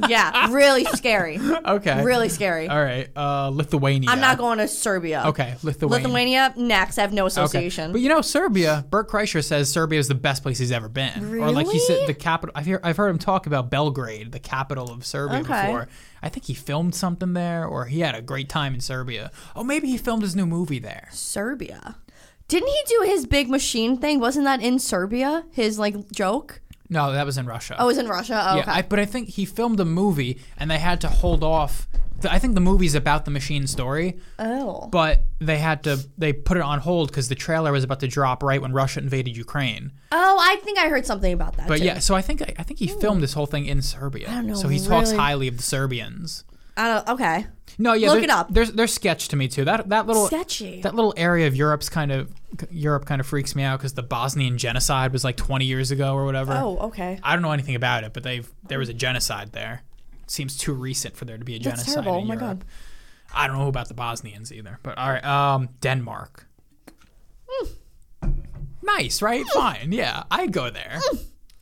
yeah, really scary,
okay.
really scary.
All right, uh, Lithuania.
I'm not going to Serbia.
Okay, Lithuania.
Lithuania next. I have no
Okay.
association.
But you know, Serbia. Bert Kreischer says Serbia is the best place he's ever been. Or like he said,
Really?
the capital. I've heard, I've heard him talk about Belgrade, the capital of Serbia,
Okay.
before. I think he filmed something there, or he had a great time in Serbia. Oh, maybe he filmed his new movie there.
Serbia. Didn't he do his big machine thing? Wasn't that in Serbia? His like joke.
No, that was in Russia.
Oh, it was in Russia. Oh,
yeah.
okay.
I, but I think he filmed a movie, and they had to hold off. The, I think the movie's about the machine story,
oh,
but they had to they put it on hold because the trailer was about to drop right when Russia invaded Ukraine.
oh, I think I heard something about that.
But
too.
yeah, so I think I think he filmed this whole thing in Serbia.
don't know,
so he talks
really.
highly of the Serbians.
I don't, okay.
No, yeah,
Look
there-
it up.
There's there's sketch to me too. That that little
Sketchy.
that little area of Europe's kind of Europe kind of freaks me out because the Bosnian genocide was like 20 years ago or whatever.
oh, okay.
I don't know anything about it, but they have there was a genocide there. It seems too recent for there to be a
That's
genocide
terrible.
in
Oh my
Europe.
god.
I don't know about the Bosnians either, but all right, um, Denmark. Hmm. Nice, right? Fine, yeah, I'd go there.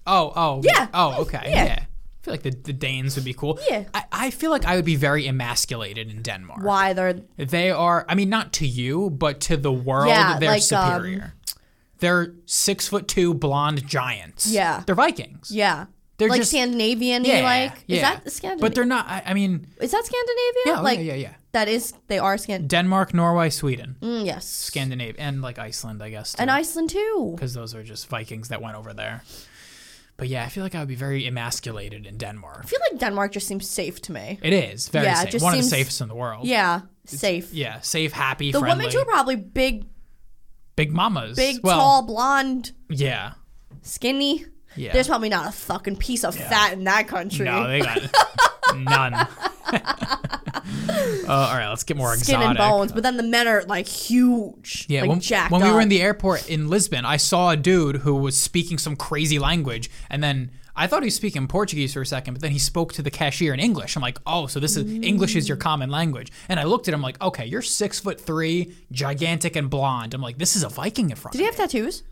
Oh, oh,
Hmm. Yeah.
Oh, okay, yeah.
Yeah.
I feel like the, the Danes would be cool.
Yeah.
I, I feel like I would be very emasculated in Denmark.
Why they're
They are, I mean, not to you, but to the world,
Yeah,
they're
like, um,
superior. they're six foot two blonde giants.
Yeah.
They're Vikings.
yeah.
They're
like
just-
Scandinavian.
Yeah,
Like
yeah.
is that
But
Scandinavian?
they're not. I, I mean,
Is that Scandinavia?
yeah,
like
yeah, yeah, yeah.
that is they are Scan.
Denmark, Norway, Sweden,
Mm, yes.
Scandinavia, and like Iceland, I guess.
and Iceland too.
because those are just Vikings that went over there. But yeah, I feel like I would be very emasculated in Denmark.
I feel like Denmark just seems safe to me.
It is very
Yeah, it
safe,
just
one of
seems-
the safest in the world.
Yeah, safe.
yeah, safe, happy,
The
friendly,
women too are probably big,
big mamas,
big,
well,
tall, blonde,
Yeah,
skinny.
yeah.
There's probably not a fucking piece of fat in that country.
no, they
[LAUGHS]
got none. [LAUGHS] uh, all right, let's get more
Skin
exotic.
and bones, but then the men are like huge,
Yeah,
like
when,
jacked
when we were
up.
in the airport in Lisbon, I saw a dude who was speaking some crazy language, and then I thought he was speaking Portuguese for a second, but then he spoke to the cashier in English. I'm like, oh, so this is English
Mm.
is your common language. And I looked at him like, okay, you're six foot three, gigantic and blonde. I'm like, this is a Viking in front.
Did he have tattoos?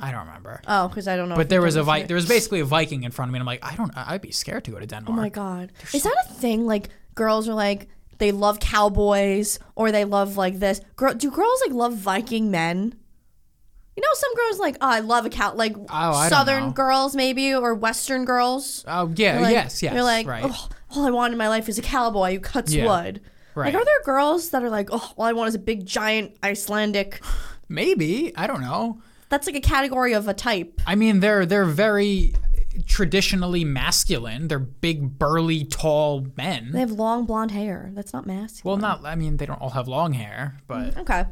I don't remember.
Oh, because I don't know.
But
if
there
you've
was
done
a
this
vi-
yet.
there was basically a Viking in front of me, and I'm like, I don't, I- I'd be scared to go to Denmark.
Oh my god, is that a thing? Like girls are like they love cowboys or they love like this. Girl, do girls like love Viking men? You know, some girls like oh, I love a cow, like
I don't know.
Southern girls maybe or Western girls.
Oh yeah,
You're like-
yes, yes.
You're like,
right.
oh, all I want in my life is a cowboy who cuts
Yeah,
wood.
right.
Like, are there girls that are like, oh, all I want is a big, giant Icelandic? [SIGHS]
Maybe I don't know.
That's like a category of a type.
I mean, they're they're very traditionally masculine. They're big, burly, tall men.
They have long blonde hair. That's not
well,
masculine.
not. I mean, they don't all have long hair, but
Okay.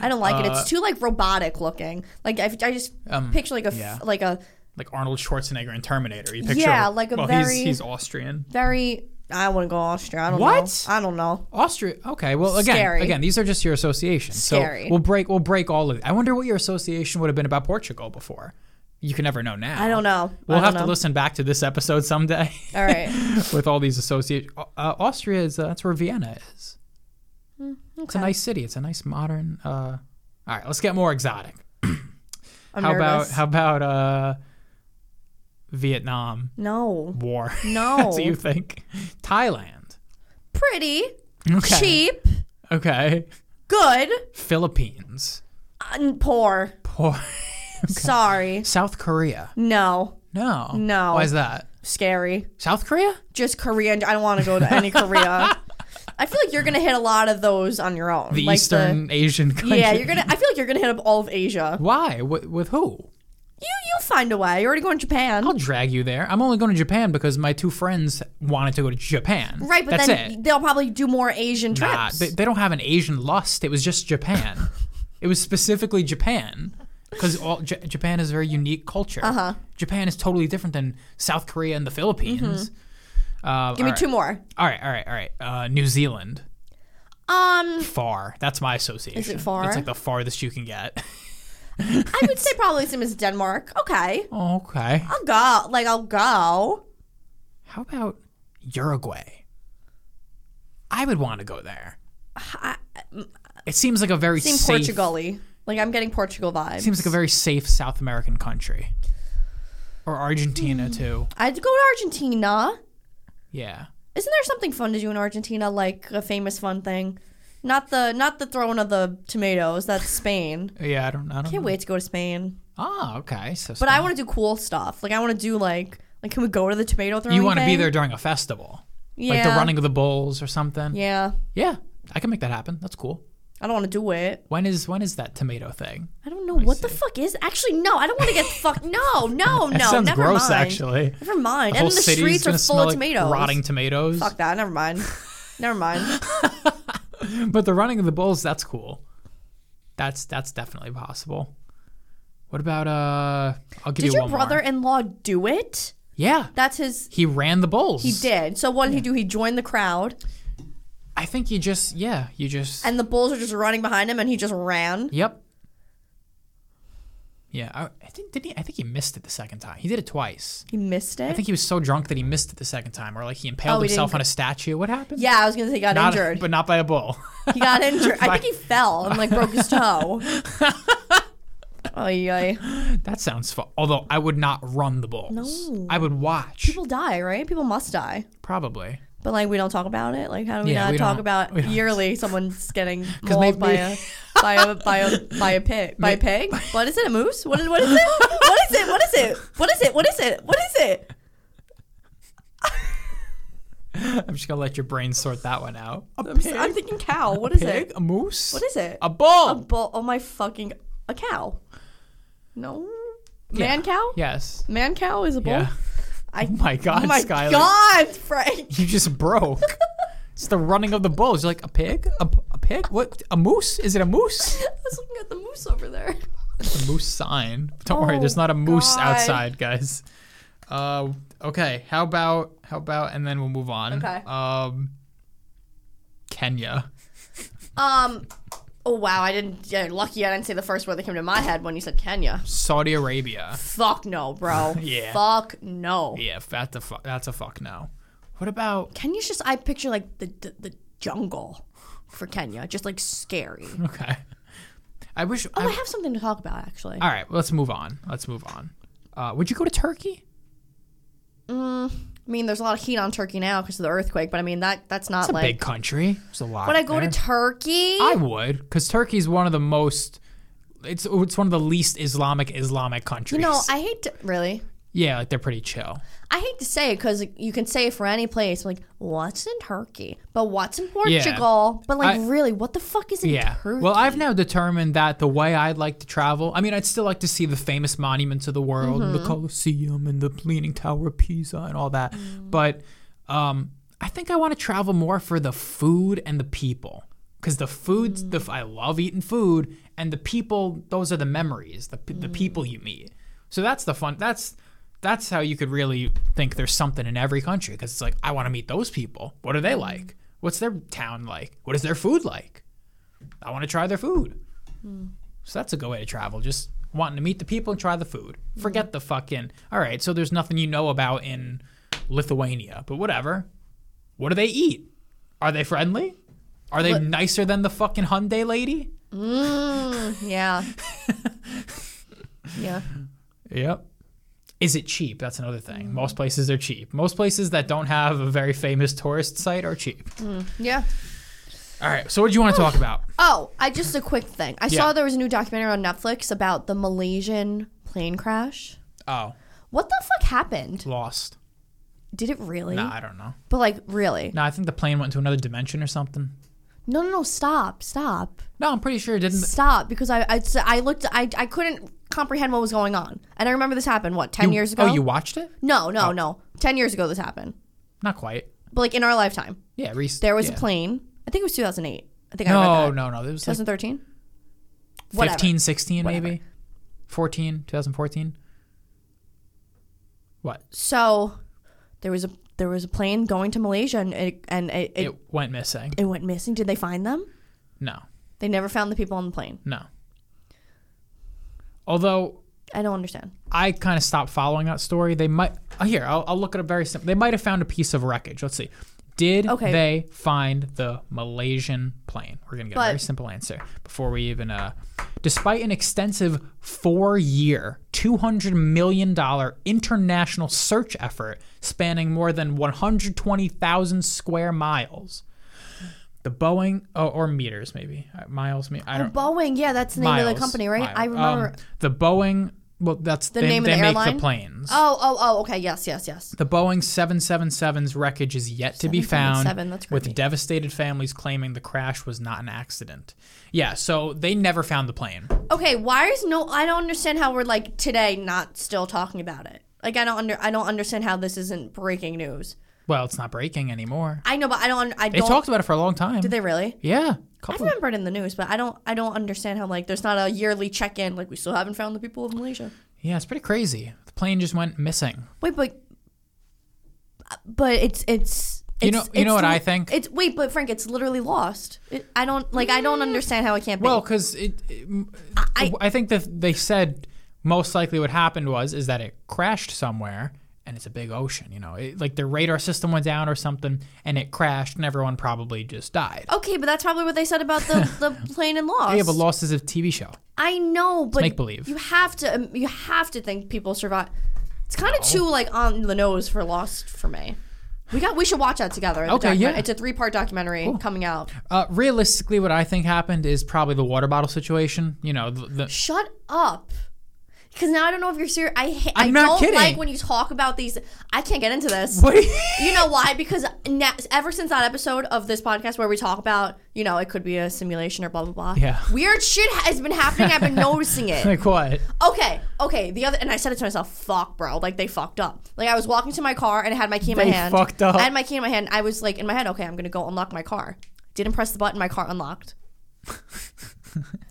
I don't like it.
Uh,
It's too like robotic looking. Like I, I just picture like a f-
Um, yeah.
like a
like Arnold Schwarzenegger in Terminator. You picture?
Yeah, like a
well,
very-
He's, he's Austrian.
very. I wouldn't go Austria. I don't
What?
know. I don't know.
Austria. Okay. Well, again,
Scary.
again, these are just your associations.
Scary.
So we'll break. We'll break all of. It. I wonder what your association would have been about Portugal before. You can never know now.
I don't know.
We'll
I
have
don't
to
know.
listen back to this episode someday [LAUGHS]
All right.
with all these associations. Uh, Austria is uh, that's where Vienna is.
Hmm,
It's a nice city. It's a nice modern. Uh, all right, let's get more exotic.
I'm
[LAUGHS] how about
nervous.
how about uh, Vietnam [LAUGHS]
no.
War?
No.
so you think Thailand?
Pretty.
Okay.
Cheap.
Okay.
Good.
Philippines.
And poor.
Poor.
Sorry.
South Korea.
No.
No.
No.
Why is that?
Scary.
South Korea?
Just Korea. I don't want to go to
[LAUGHS]
any Korea. I feel like you're gonna hit a lot of those on your own.
The
like
Eastern Asian
The,
country.
yeah, you're gonna. I feel like you're gonna hit up all of Asia.
Why? With, with who?
You you find a way. You're already going to Japan.
I'll drag you there. I'm only going to Japan because my two friends wanted to go to Japan.
Right, but
That's
then
it.
they'll probably do more Asian trips.
Nah, they, they don't have an Asian lust. It was just
[LAUGHS]
Japan. it was specifically Japan because J- Japan is a very unique culture. Uh-huh. Japan is totally different than South Korea and the Philippines. Uh,
Mm-hmm. Give
all
me
right.
two more.
All right, all right, all right. Uh, New Zealand,
Um,
far. That's my association.
far?
It's like the farthest you can get. [LAUGHS]
I would say probably same as Denmark. Okay,
okay.
I'll go. Like I'll go.
How about Uruguay? I would want to go there. It seems like a very
Seem
safe.
Portugal-y. Like I'm getting Portugal vibes.
Seems like a very safe South American country. Or
Hmm.
Argentina too.
I'd go to Argentina.
Yeah.
Isn't there something fun to do in Argentina? Like a famous fun thing? Not the not the throwing of the tomatoes. That's Spain.
Yeah, I don't. I don't.
Can't wait to go to Spain.
Oh, okay. So,
But I want to do cool stuff. Like I want to do like like can we go to the tomato throwing?
you want to be
thing?
there during a festival,
Yeah.
like the running of the bulls or something. Yeah.
Yeah.
I can make that happen. That's cool.
I don't want to do it.
When is when is that tomato thing?
I don't know what the fuck is. Actually, no, I don't want to get
[LAUGHS]
fucked. No, no, no.
That sounds
never
gross,
mind.
actually.
Never mind.
The
and
whole
then the
city's
streets
gonna
are full
smell
of
like
tomatoes.
rotting tomatoes.
Fuck that.
[LAUGHS]
Never mind. Never mind.
But the running of the bulls, that's cool. That's that's definitely possible. What about uh? I'll give
Did
you
your
one more.
brother-in-law do it?
Yeah,
That's his.
he ran the bulls.
He did. So what did he do? He joined the crowd,
I think you just yeah, you just
and the bulls are just running behind him, and he just ran.
yep. Yeah, I, I think did he? I think he missed it the second time. He did it twice.
He missed it.
I think he was so drunk that he missed it the second time, or like he impaled
Oh, he
himself
didn't-
on a statue. What happened?
yeah, I was gonna say he got
Not- [LAUGHS]
injured.
but not by a bull.
he got injured. I
[LAUGHS]
think he fell and like broke his toe. oh yeah.
that sounds fun. Although I would not run the bulls.
No.
I would watch
People die, right? People must die.
probably.
But like we don't talk about it. Like how do we
Yeah,
not
we
talk
don't-
about
we don't.
yearly someone's
[LAUGHS]
getting mauled
maybe-
by a by a by a by a pig by a pig? What is it? A moose? What is what is it? What is it? What is it? What is it? What is it? What is it?
I'm just gonna let your brain sort that one out. A
I'm, s- I'm thinking cow. What is
pig,
it?
a moose,
What is it?
a bull.
A bull? Oh my fucking a cow. No, man cow.
yes.
Man cow is a bull.
Yeah. [LAUGHS]
I-
oh my God,
Oh my
Skylar,
god, Frank. [LAUGHS]
you just broke. it's the running of the bulls. You're like a pig, a, a pig. What? A moose? Is it a
[LAUGHS]
moose?
I was looking at the moose over there.
the moose sign. Don't worry,
Oh,
there's not a moose
God.
outside, guys. Uh, okay. How about how about and then we'll move on.
Okay.
Um, Kenya.
Um. Oh wow, I didn't. Yeah, lucky I didn't say the first word that came to my head when you said Kenya.
Saudi Arabia.
Fuck no, bro.
[LAUGHS] Yeah.
Fuck no.
Yeah, that's a fu- that's a fuck no. What about
Kenya's just I picture like the, the the jungle for Kenya, just like scary.
okay? I wish.
Oh,
I-
I have something to talk about actually.
all right, let's move on. Let's move on. Uh, would you go to Turkey?
I mean, there's a lot of heat on Turkey now because of the earthquake, but I mean that that's not
It's a
like.
big country. There's a lot.
would I go
there.
to Turkey?
I would, because Turkey's one of the most. It's it's one of the least Islamic Islamic countries.
you know, I hate to really.
yeah, like they're pretty chill.
I hate to say it because you can say it for any place. Like, what's in Turkey? But what's in
Yeah.
Portugal? But like,
I-
really, what the fuck is in
Yeah.
Turkey?
Well, I've now determined that the way I'd like to travel, I mean, I'd still like to see the famous monuments of the world, and the Colosseum and the Leaning Tower of Pisa and all that. But um, I think I want to travel more for the food and the people. Because the food, the, I love eating food, and the people, those are the memories, the, p the people you meet. So that's the fun. That's that's how you could really think there's something in every country. Because it's like, I want to meet those people. What are they like? What's their town like? What is their food like? I want to try their food. So that's a good way to travel. Just wanting to meet the people and try the food. Forget the fucking. All right, so there's nothing you know about in Lithuania, but whatever. What do they eat? Are they friendly? Are they nicer than the fucking Hyundai lady?
Mm,
[LAUGHS]
yeah. yeah.
Yep. Is it cheap? That's another thing. Most places are cheap. Most places that don't have a very famous tourist site are cheap.
Yeah.
All right. So what do you want to talk about?
Oh, I just a quick thing. I
Yeah.
saw there was a new documentary on Netflix about the Malaysian plane crash.
Oh,
What the fuck happened?
lost.
Did it really?
Nah, I don't know.
But like, really?
No, I think the plane went to another dimension or something.
No, no, no! Stop! Stop!
No, I'm pretty sure it didn't.
Stop! Because I, I, I looked, I, I couldn't comprehend what was going on, and I remember this happened. What ten
You-
years ago?
Oh, you Oh. watched it?
No, no, no. Ten years ago, this happened.
Not quite.
But like in our lifetime,
Yeah, recent.
there was
yeah.
a plane. I think it was 2008. I think I
No,
read that.
no, no. There was like
2013.
15, 16 maybe.
Whatever.
14, 2014. What?
So there was a there was a plane going to Malaysia, and it, and it, it,
It went missing.
it went missing. Did they find them?
No,
They never found the people on the plane.
no. Although
I don't understand.
I kind of stopped following that story. They might. Oh, here, I'll, I'll look at a very simple. They might have found a piece of wreckage. Let's see. Did
Okay.
they find the Malaysian plane? We're gonna get a very
But-
simple answer before we even. Uh, despite an extensive four-year, two hundred million dollar international search effort spanning more than one hundred twenty thousand square miles, the Boeing oh, or meters maybe Uh, miles. may- I don't.
Boeing, yeah, that's the name of
Miles.
the company, right?
Miles.
I remember.
Um, the Boeing. Well, that's the they,
name of
they
the
make the
airline?
planes.
oh, oh, oh. Okay, yes, yes, yes.
The Boeing 777's wreckage is yet to be found,
777, that's
with
creepy.
devastated families claiming the crash was not an accident. Yeah, so they never found the plane.
Okay, why is no? I don't understand how we're like today not still talking about it. Like I don't under I don't understand how this isn't breaking news.
Well, it's not breaking anymore.
I know, but I don't. I
They
don't.
talked Hmm. about it for a long time.
did they really?
Yeah,
I
couple.
remember it in the news, but I don't. I don't understand how like there's not a yearly check in. Like we still haven't found the people of Malaysia.
Yeah, it's pretty crazy. The plane just went missing.
Wait, but but it's it's.
You
it's-
know- you know
it's
what I
li-
think?
It's wait, but Frank, it's literally lost. It, I don't like. I don't understand how it can't
Mm. Well,
be.
because it, it- I,
I-
think that they said most likely what happened was is that it crashed somewhere, and it's a big ocean. You know, it, like their radar system went down or something, and it crashed, and everyone probably just died.
Okay, but that's probably what they said about the
[LAUGHS]
the plane and lost.
Yeah, but Lost is a TV show.
I know, but
make-believe.
You have to. um, You have to think people survive. It's kind of too like on the nose for Lost for me. We got. We should watch that together. the
Okay, yeah.
document- It's a three part documentary coming out.
Uh, realistically, what I think happened is probably the water bottle situation. You know, the, the
Shut up. Because now I don't know if you're serious. I ha- I
I'm not
don't
kidding.
like when you talk about these. I can't get into this.
what?
You know why? Because ne- ever since that episode of this podcast where we talk about, you know, it could be a simulation or blah blah blah.
Yeah.
Weird shit has been happening. I've
[LAUGHS]
been noticing it.
like
[LAUGHS]
what?
Okay, okay. The other, and I said it to myself, "Fuck, bro! Like they fucked up." Like I was walking to my car and I had my key in
They
my hand.
fucked up.
I had my key in my hand. I was like in my head, "Okay, I'm gonna go unlock my car." Didn't press the button. My car
[LAUGHS]
unlocked.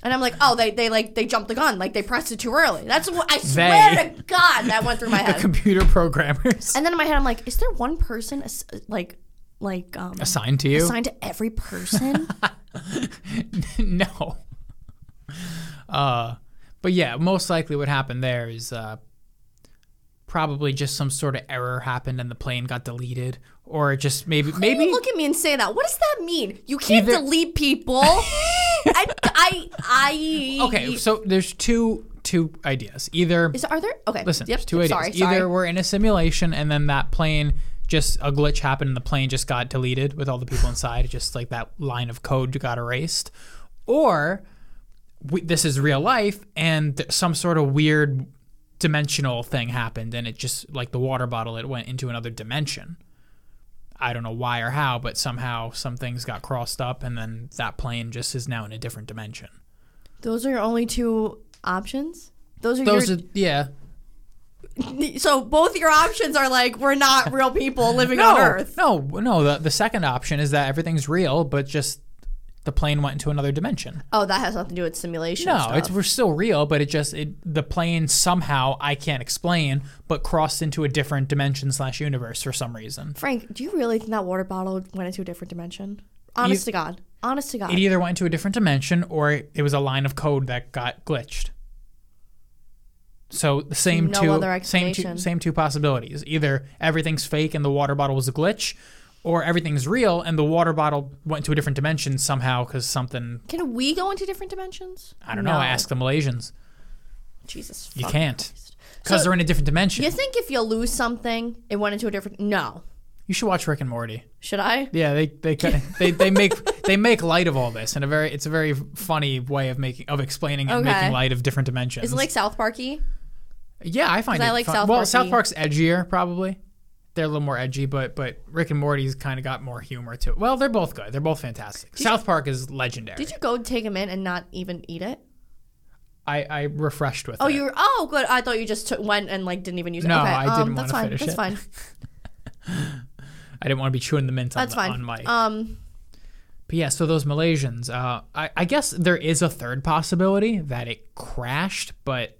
and I'm like, "Oh, they they like they jumped the gun. Like they pressed it too early." That's what I swear to God that went through my
The [LAUGHS]
head.
computer
[LAUGHS]
programmers
and then in my head, I'm like, "Is there one person ass- like like um
assigned to you?
assigned to
[LAUGHS]
every person?"
no. Uh, but yeah, most likely what happened there is uh, probably just some sort of error happened and the plane got deleted, or just maybe maybe
Don't look at me and say that. What does that mean? You can't
[LAUGHS] Either-
delete people. I, I I I
Okay, so there's two two ideas. Either
Is are there okay?
listen,
yep.
there's two
yep,
ideas.
Sorry,
Either
sorry.
we're in a simulation and then that plane just a glitch happened and the plane just got deleted with all the people inside, just like that line of code got erased, or we, this is real life and th- some sort of weird dimensional thing happened and it just like the water bottle it went into another dimension. I don't know why or how, but somehow some things got crossed up and then that plane just is now in a different dimension.
Those are your only two options. Those are
Those
your
are yeah.
so both your options are like
[LAUGHS]
we're not real people living
No,
on Earth.
no, no. The, the second option is that everything's real, but just the plane went into another dimension.
Oh, that has nothing to do with simulation.
No,
stuff.
it's we're still real, but it just it, the plane somehow I can't explain, but crossed into a different dimension slash universe for some reason.
Frank. Do you really think that water bottle went into a different dimension? Honest to God. Honest to God.
It either went into a different dimension or it, it was a line of code that got glitched. So the same
No
two,
other
same two,
explanation.
same two possibilities. Either everything's fake and the water bottle was a glitch, or everything's real and the water bottle went to a different dimension somehow because something
Can we go into different dimensions?
I don't know. Ask the Malaysians.
Jesus.
You
fuck.
can't because
So-
they're in a different dimension.
You think if you lose something, it went into a different? No.
You should watch Rick and Morty.
Should I?
Yeah, they they
[LAUGHS]
ca- they, they make they make light of all this in a very it's a very funny way of making of explaining and
Okay.
making light of different dimensions.
Is it like South Parky?
yeah, I find it
'cause I like
fun.
South
well,
Parky.
South Park's edgier probably. They're a little more edgy, but but Rick and Morty's kind of got more humor to it. Well, they're both good. They're both fantastic. South Park is legendary.
Did you go take a minute and not even eat it?
I, I refreshed with
Oh,
it.
you were oh good. I thought you just took, went and like didn't even use
No,
it. Okay,
I
um,
didn't
that's
wanna
fine.
finish
that's
it.
fine.
I didn't want to be chewing the mint on,
That's
the,
fine.
on my
Um,
But yeah, so those Malaysians, uh, I, I guess there is a third possibility that it crashed, but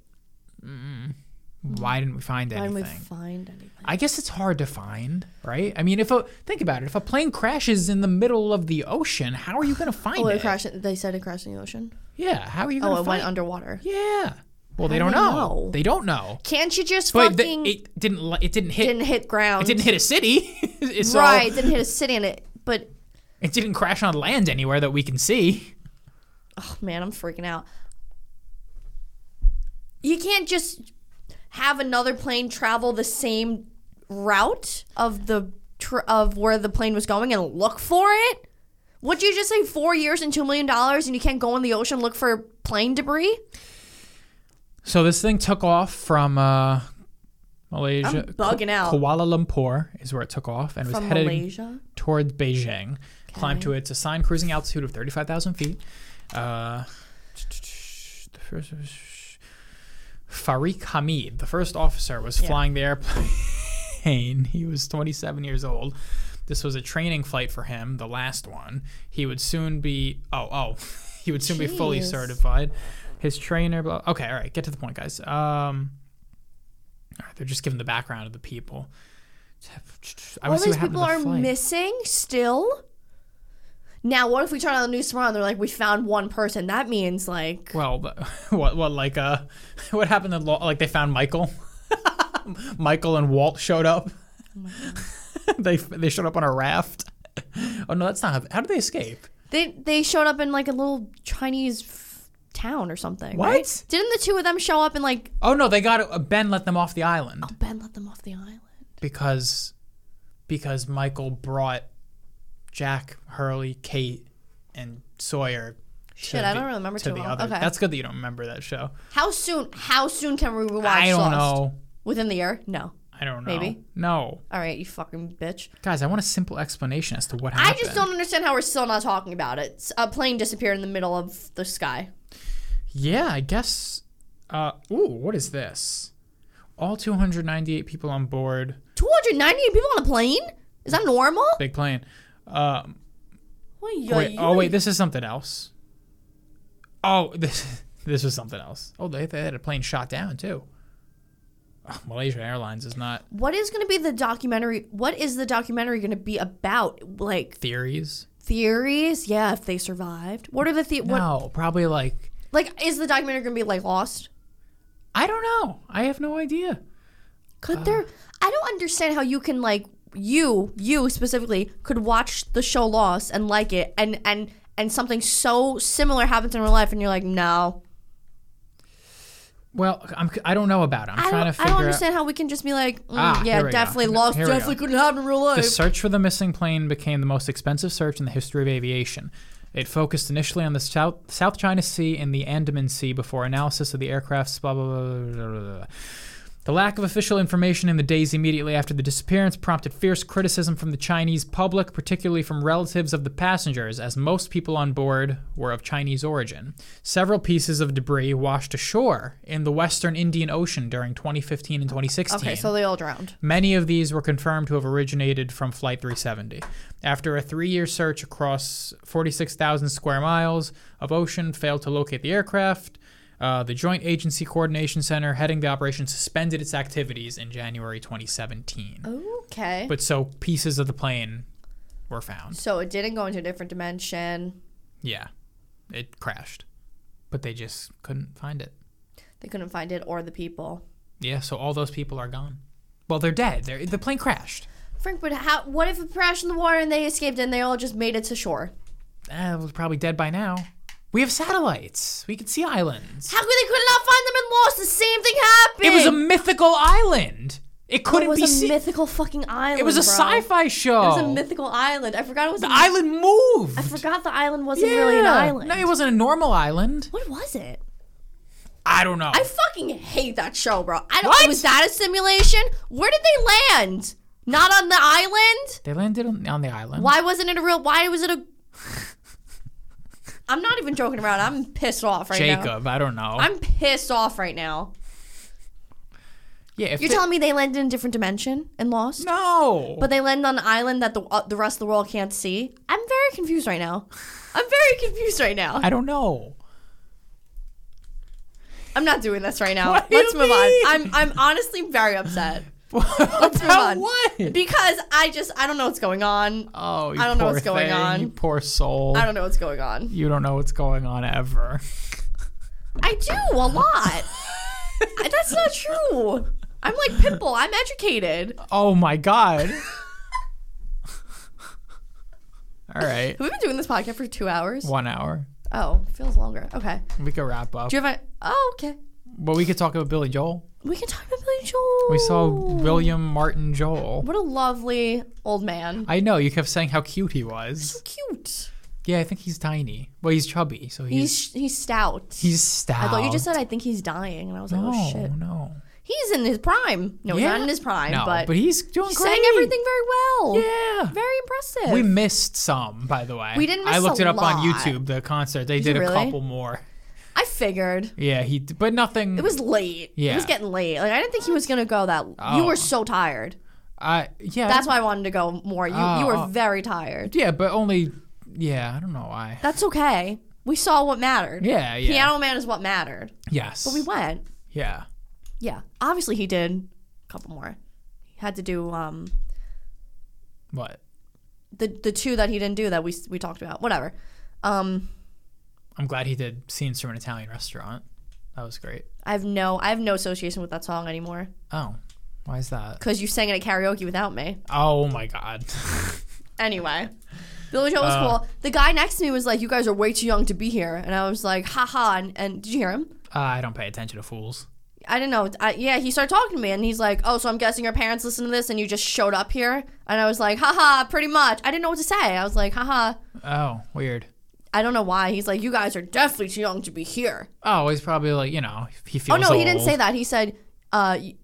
mm, why didn't we find
when
anything?
we find anything.
I guess it's hard to find, right? I mean, if a think about it, if a plane crashes in the middle of the ocean, how are you going to find
Oh,
it?
it crashed. in- They said it crashed in the ocean.
Yeah, how are you going
Oh,
to
it
find
went underwater.
Yeah. Well, they
How
don't
do they
know.
know?
They don't know.
Can't you just
But the-
fucking
it didn't li- it didn't hit
didn't hit ground?
it didn't hit a city. [LAUGHS] It's all-
right. Didn't hit a city in it. But
it didn't crash on land anywhere that we can see.
oh, man, I'm freaking out. You can't just have another plane travel the same route of the tr of where the plane was going and look for it. Would you just say four years and two million dollars, and you can't go in the ocean look for plane debris?
So this thing took off from uh, Malaysia.
I'm bugging out.
Kuala Lumpur is where it took off and was
From
headed
Malaysia?
towards Beijing. Climbed to its assigned cruising altitude of 35,000 feet. Uh, the first was- Farik Hamid, the first officer, was flying the airplane. [LAUGHS] He was 27 years old. This was a training flight for him, the last one. He would soon be oh oh, [LAUGHS] he would soon be fully
Jeez.
certified. His trainer, blah. Okay, all right, get to the point, guys. Um, all right, they're just giving the background of the people. I
All
wanna see
these
what happened to
people
the
are
flight.
missing still. Now, what if we turn on the news tomorrow and they're like, we found one person? That means like
Well, but- [LAUGHS] what what like uh [LAUGHS] what happened to Lo- like they found Michael? [LAUGHS] Michael and Walt showed up. [LAUGHS] they they showed up on a raft. [LAUGHS] Oh no, that's not how, how did they escape?
they they showed up in like a little Chinese f- town or something.
What?
right? Didn't the two of them show up and like
Oh no, they got uh, Ben let them off the island
Ben let them off the island?
because because Michael brought Jack, Hurley, Kate, and Sawyer. to
Shit, I
the-
don't really remember
to
too
the
well.
other.
Okay.
That's good that you don't remember that show.
How soon? How soon can we rewatch?
I don't
Lost?
know.
Within the year? No.
I don't know.
Maybe.
No,
All right, you fucking bitch.
guys, I want a simple explanation as to what
I
happened.
just don't understand how we're still not talking about it. S- A plane disappeared in the middle of the sky.
Yeah, I guess. Uh, ooh, what is this? All 298 people on board.
Two hundred ninety-eight people on a plane? Is that normal?
Big plane. Um,
Wait,
wait, oh wait, this is something else. Oh, [LAUGHS] this this was something else. Oh, they, they had a plane shot down too. Oh, Malaysia Airlines is not
what is going to be the documentary? What is the documentary going to be about? Like
theories.
theories? Yeah, if they survived. What are the the what?
No, probably like
Like, is the documentary going to be like lost?
I don't know. I have no idea. Uh,
Could there? I don't understand how you can like you you specifically could watch the show Lost and like it and and and something so similar happens in real life, and you're like, no,
Well, I'm, I don't know about it. I'm
I
trying to
don't, I
figure
don't
out.
understand how we can just be like, mm,
Ah,
yeah,
here we go.
definitely
Here-
lost,
here we go.
definitely couldn't happen in real life.
The search for the missing plane became the most expensive search in the history of aviation. It focused initially on the South, South China Sea and the Andaman Sea before analysis of the aircraft's blah, blah, blah, blah, blah, blah. The lack of official information in the days immediately after the disappearance prompted fierce criticism from the Chinese public, particularly from relatives of the passengers, as most people on board were of Chinese origin. Several pieces of debris washed ashore in the western Indian Ocean during 2015 and 2016.
okay, so they all drowned.
Many of these were confirmed to have originated from Flight 370. After a three year search across 46,000 square miles of ocean failed to locate the aircraft, uh, the Joint Agency Coordination Center heading the operation suspended its activities in January 2017.
Okay.
But so pieces of the plane were found.
so it didn't go into a different dimension.
Yeah, it crashed, but they just couldn't find it.
They couldn't find it or the people.
Yeah, so all those people are gone. Well, they're dead. They're, the plane crashed.
Frank, but how, what if it crashed in the water and they escaped and they all just made it to shore?
Uh, was probably dead by now. We have satellites. We can see islands.
How could they could not find them and lost? The same thing happened.
It was a mythical island. It couldn't
It was
be
a
seen.
mythical fucking island.
it was a
bro.
sci-fi show.
It was a mythical island. I forgot it was.
the
a,
island moved.
I forgot the island wasn't really an island.
No, it wasn't a normal island.
What was it?
I don't know.
I fucking hate that show, bro. I don't.
What?
Was that a simulation? Where did they land? Not on the island.
they landed on, on the island.
Why wasn't it a real? Why was it a? I'm not even joking around. I'm pissed off right now.
Jacob, I don't know.
I'm pissed off right now.
yeah, if
You're
they-
telling me they landed in a different dimension and lost?
no.
But they land on an island that the uh, the rest of the world can't see. I'm very confused right now. I'm very confused right now.
I don't know. [LAUGHS]
I'm not doing this right now.
What do
Let's
you
move
mean?
on. I'm I'm honestly very upset
Let's
move on.
What?
because I just I don't know what's going on.
Oh, you
I don't know
poor
what's going
thing,
on.
You poor soul.
I don't know what's going on.
you don't know what's going on ever. [LAUGHS]
I do a lot. [LAUGHS] I- That's not true. I'm like Pitbull. I'm educated.
Oh my god. All right.
We've been doing this podcast for two hours.
One hour.
Oh, feels longer. Okay.
We could wrap up.
Do you have a? Oh, okay.
But we could talk about Billy Joel.
We can talk about Billy Joel.
We saw William Martin Joel.
What a lovely old man.
I know, you kept saying how cute he was.
Cute.
Yeah, I think he's tiny. Well, he's chubby, so he's he's,
He's he's stout.
stout.
I thought you just said I think he's dying, and I was like,
no,
oh shit.
no.
He's in his prime. No, he's
Yeah.
not in his prime,
No,
but,
but, he's doing
he
great.
sang everything very well.
Yeah.
Very impressive.
We missed some, by the way.
We didn't
I
miss
looked
a
it up on
lot.
YouTube, the concert. They did a
really?
couple more.
I figured.
Yeah, he but nothing
It was late. It
Yeah.
was getting late. Like I didn't think he was gonna go that you
Oh.
were so tired.
uh yeah.
That's why I wanted to go more. You you
Oh,
were
oh.
very tired.
Yeah, but only yeah, I don't know why.
That's okay. We saw what mattered.
Yeah, yeah.
Piano Man is what mattered.
Yes.
We went.
yeah.
Yeah. Obviously he did a couple more. He had to do um
What?
the the two that he didn't do that we we talked about. Whatever. Um
I'm glad he did scenes from an Italian restaurant. That was great.
I have no I have no association with that song anymore
Oh, why is that?
because you sang it at karaoke without me.
Oh my god. [LAUGHS]
Anyway, Billy Joel was cool. The guy next to me was like, "You guys are way too young to be here," and I was like, "Haha!" And, and did you hear him?
uh, I don't pay attention to fools.
I didn't know. I, yeah, he started talking to me, and he's like, "Oh, so I'm guessing your parents listened to this, and you just showed up here." And I was like, "Haha!" Pretty much. I didn't know what to say. I was like, "Haha!"
Oh, weird.
I don't know why. He's like, "You guys are definitely too young to be here."
Oh, he's probably like you know he feels.
Oh no, he didn't
old,
say that. He said, "Uh." y-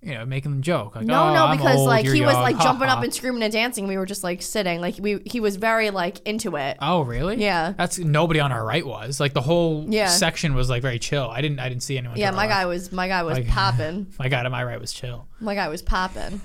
You know, making them joke. Like,
No,
oh,
no,
I'm
because
old,
like
you're
he was
young,
like
ha,
jumping
[LAUGHS] ha.
up and screaming and dancing. We were just like sitting, like we he was very like into it.
Oh really?
Yeah.
That's nobody on our right was like the whole
Yeah.
section was like very chill. I didn't I didn't see anyone.
yeah,
to
my
our left.
guy was my guy was
Like- [LAUGHS]
popping.
My guy to my right was chill.
My guy
[LAUGHS]
was popping.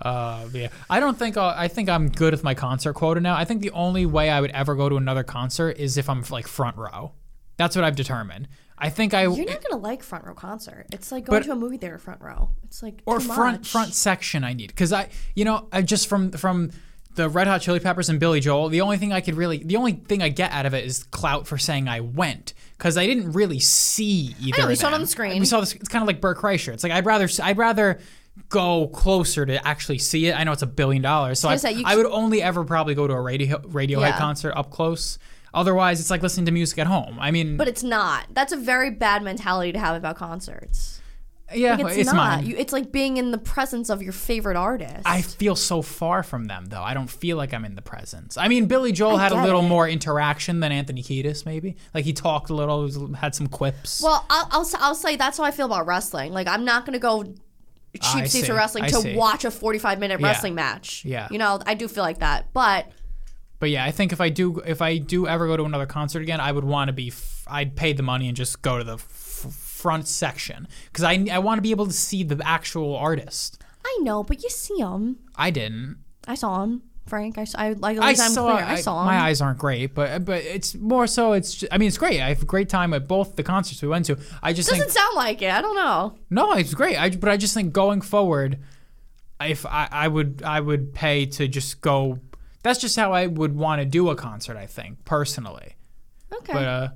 Uh, yeah, I don't think I'll, I think I'm good with my concert quota now. I think the only way I would ever go to another concert is if I'm like front row. That's what I've determined. I think I
You're not gonna like front row concert. It's like going
But-
to a movie theater front row. It's like
or
too
front
much.
front section I need because I you know I just from from the Red Hot Chili Peppers and Billy Joel the only thing I could really the only thing I get out of it is clout for saying I went because I didn't really see either.
we
of
saw it on
them.
the screen.
We saw this. It's kind of like Burke Kreischer. It's like I'd rather I'd rather go closer to actually see it. I know it's a billion dollars, so I,
was gonna say, you
I would only ever probably go to a radio Radiohead
Yeah.
concert up close. Otherwise, it's like listening to music at home. I mean,
But it's not. That's a very bad mentality to have about concerts.
yeah,
Like, it's,
it's
not.
mine.
You, it's like being in the presence of your favorite artist.
I feel so far from them, though. I don't feel like I'm in the presence. I mean, Billy Joel
I
had a
get
little
it.
more interaction than Anthony Kiedis, maybe. Like he talked a little, had some quips.
well, I'll, I'll, si will say that's how I feel about wrestling. Like I'm not gonna go
I
cheap seats
see.
for wrestling
I
to
see.
watch a 45 minute
Yeah.
wrestling match.
Yeah.
you know I do feel like that, but
But yeah, I think if I do if I do ever go to another concert again, I would want to be f- I'd pay the money and just go to the f- front section cuz I I want to be able to see the actual artist.
I know. But you see them.
I didn't.
I saw them, Frank. I saw. I like.
I
I am
saw
Clear. I, saw them.
my eyes aren't great, but but it's more so it's ju- I mean it's great. I have a great time at both the concerts we went to. I just
Doesn't
think
sound like it. I don't know.
No, it's great. I but I just think going forward if I, I would I would pay to just go that's just how I would want to do a concert, I think, personally.
Okay.
But uh,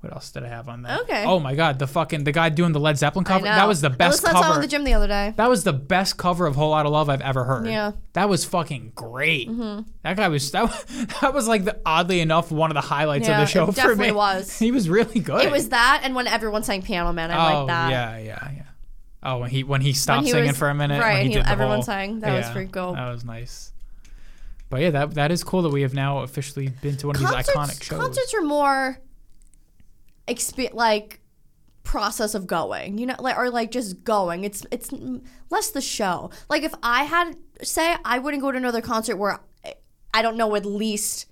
what else did I have on that?
Okay.
Oh my God, the fucking the guy doing the Led Zeppelin
I
cover.
know.
That was the
I
best
listened to that song
cover.
at the gym the other day.
that was the best cover of Whole Lot of Love I've ever heard.
Yeah. Mm-hmm.
That was fucking great. That guy was [LAUGHS] that, wa- that was like the oddly enough one of the highlights
Yeah,
of the show
it
for
definitely
me. [LAUGHS]
was.
He was really good.
It was that, and when everyone sang Piano Man, I
Oh
liked that.
yeah, yeah, yeah. Oh, when he when he stopped
he
singing
was-
for a minute.
right,
when he
and he-
did the
everyone
whole-
sang. That was pretty cool.
That was nice. But yeah, that that is cool that we have now officially been to one of these iconic shows.
Concerts are more, exp- like, process of going. You know, like or like just going. It's it's mm, less the show. Like if I had say I wouldn't go to another concert where I- I don't know at least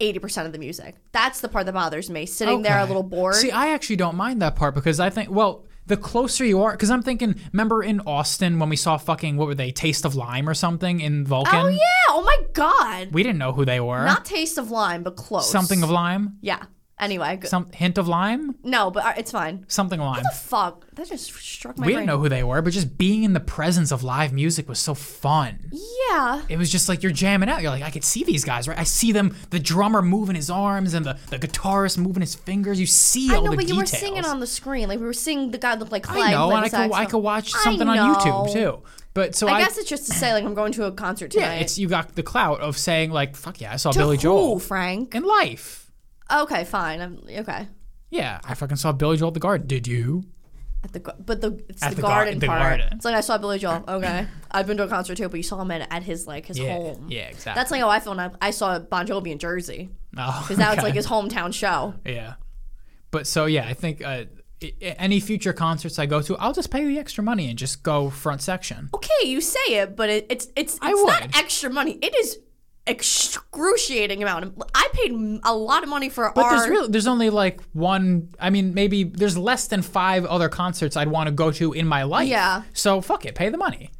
eighty percent of the music. That's the part that bothers me. Sitting there a
Okay.
little bored.
See, I actually don't mind that part because I think, well, the closer you are, because I'm thinking, remember in Austin when we saw fucking, what were they, Taste of Lime or something in Vulcan?
oh yeah! Oh my god!
We didn't know who they were.
Not taste of lime, but close.
something of lime?
yeah. Anyway, go-
Some hint of lime?
no, but uh, it's fine.
Something lime.
Fuck, that just struck my
We
brain.
didn't know who they were, but just being in the presence of live music was so fun.
Yeah.
It was just like you're jamming out. You're like, I could see these guys, right? I see them, the drummer moving his arms and the, the guitarist moving his fingers. You see
I
all
know,
the
but you were
details.
singing on the screen. Like we were seeing the guy look like Clyde.
I know, and
playing
I could, I
saxophone.
could watch
I
something on YouTube
know.
too. But so I,
I, guess it's just to say like I'm going to a concert tonight.
Yeah, it's you got the clout of saying like, "Fuck yeah, I saw
To
Billy
who,
Joel
Frank.
in life."
Okay, fine. I'm okay.
Yeah, I fucking saw Billy Joel at the Garden. Did you?
At the gar- but the it's
At
the,
the gar-
garden
the
part.
garden.
It's like I saw Billy Joel. Okay, I've been to a concert too, but you saw him at, at his like his
Yeah,
home.
yeah, exactly.
That's like how I feel when I, I saw Bon Jovi in Jersey [LAUGHS]
Oh,
because now it's like his hometown show.
yeah. But so yeah, I think uh, i- i- any future concerts I go to, I'll just pay the extra money and just go front section.
Okay, you say it, but it, it's it's it's
I would.
not extra money. It is excruciating amount. of- I paid m- a lot of money for
But
our.
there's really there's only like one. I mean, maybe there's less than five other concerts I'd want to go to in my life.
Yeah.
So fuck it, pay the money.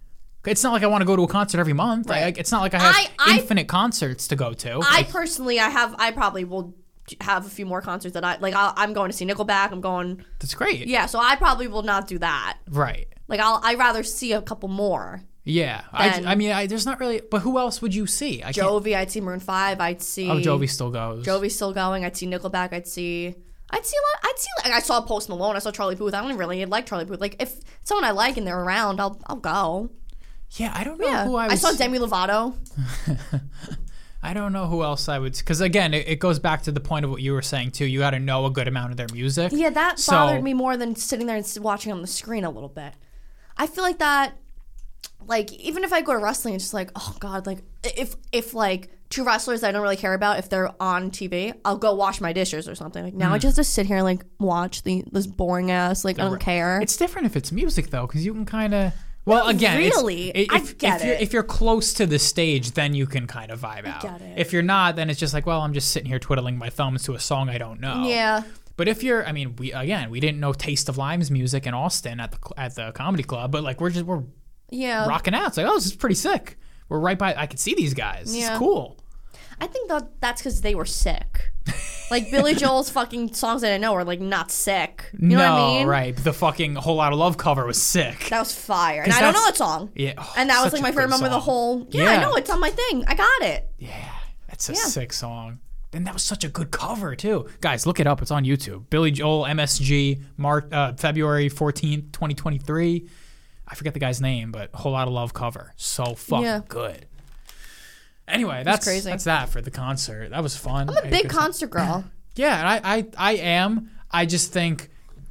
It's not like I want to go to a concert every month. I,
Right.
it's not like I have
I- I-
infinite concerts to go to.
I personally, I have, I probably will have a few more concerts that I like. I'll, I'm going to see Nickelback. I'm going,
That's great.
yeah. So I probably will not do that.
Right.
Like I'll, I rather see a couple more.
Yeah, I,
than-
I mean, I, there's not really. But who else would you see? I can't.
Jovi, I'd see Maroon Five. I'd see.
Oh, Jovi still goes.
Jovi's still going. I'd see Nickelback. I'd see. I'd see a lot. I'd see. Like, I saw Post Malone. I saw Charlie Puth. I don't really like Charlie Puth. Like if someone I like and they're around, I'll I'll go.
Yeah, I don't know
Yeah.
who I.
I,
Would,
saw Demi Lovato.
I don't know who else I would. Because again, it, it goes back to the point of what you were saying too. You got to know a good amount of their music.
Yeah, that
So-
bothered me more than sitting there and s- watching on the screen a little bit. I feel like that, like even if I go to wrestling, it's just like, oh god, like if if like two wrestlers I don't really care about if they're on TV, I'll go wash my dishes or something. Like
Mm.
now I just have to sit here and like watch the this boring ass like I don't care.
It's different if it's music though, because you can kind of. Well, again, it's-
really.
i-
I
if,
get
if You're,
it.
if you're close to the stage, then you can kind of vibe out.
get it.
If you're not, then it's just like, well, I'm just sitting here twiddling my thumbs to a song I don't know.
yeah,
But if you're, I mean, we again, we didn't know Taste of Lime's music in Austin at the cl- at the comedy club, but like we're just we're
yeah.
rocking out. It's like, oh, this is pretty sick. We're right by. I could see these guys.
Yeah.
It's cool.
I think that that's because they were
[LAUGHS]
sick. Like Billy Joel's fucking songs that I know are like not sick. You know
no,
what I mean?
right? The fucking whole lot of love cover was sick.
That was fire, and
'Cause
I don't
that's-
know that song.
yeah, oh,
and that was
such
like
a
my
good
favorite moment of the
song.
whole. Yeah, I
Yeah.
know it's on my thing. I got it.
Yeah, that's a
Yeah.
sick song. And that was such a good cover too, guys. Look it up; it's on YouTube. Billy Joel, MSG, Mar- uh, February fourteenth, twenty twenty three. I forget the guy's name, but whole lot of love cover. So fucking
Yeah.
good. Anyway, that's
crazy.
that's that for the concert. That was fun.
I'm a big
[CLEARS THROAT]
concert girl.
Yeah, and I, I I am. I just think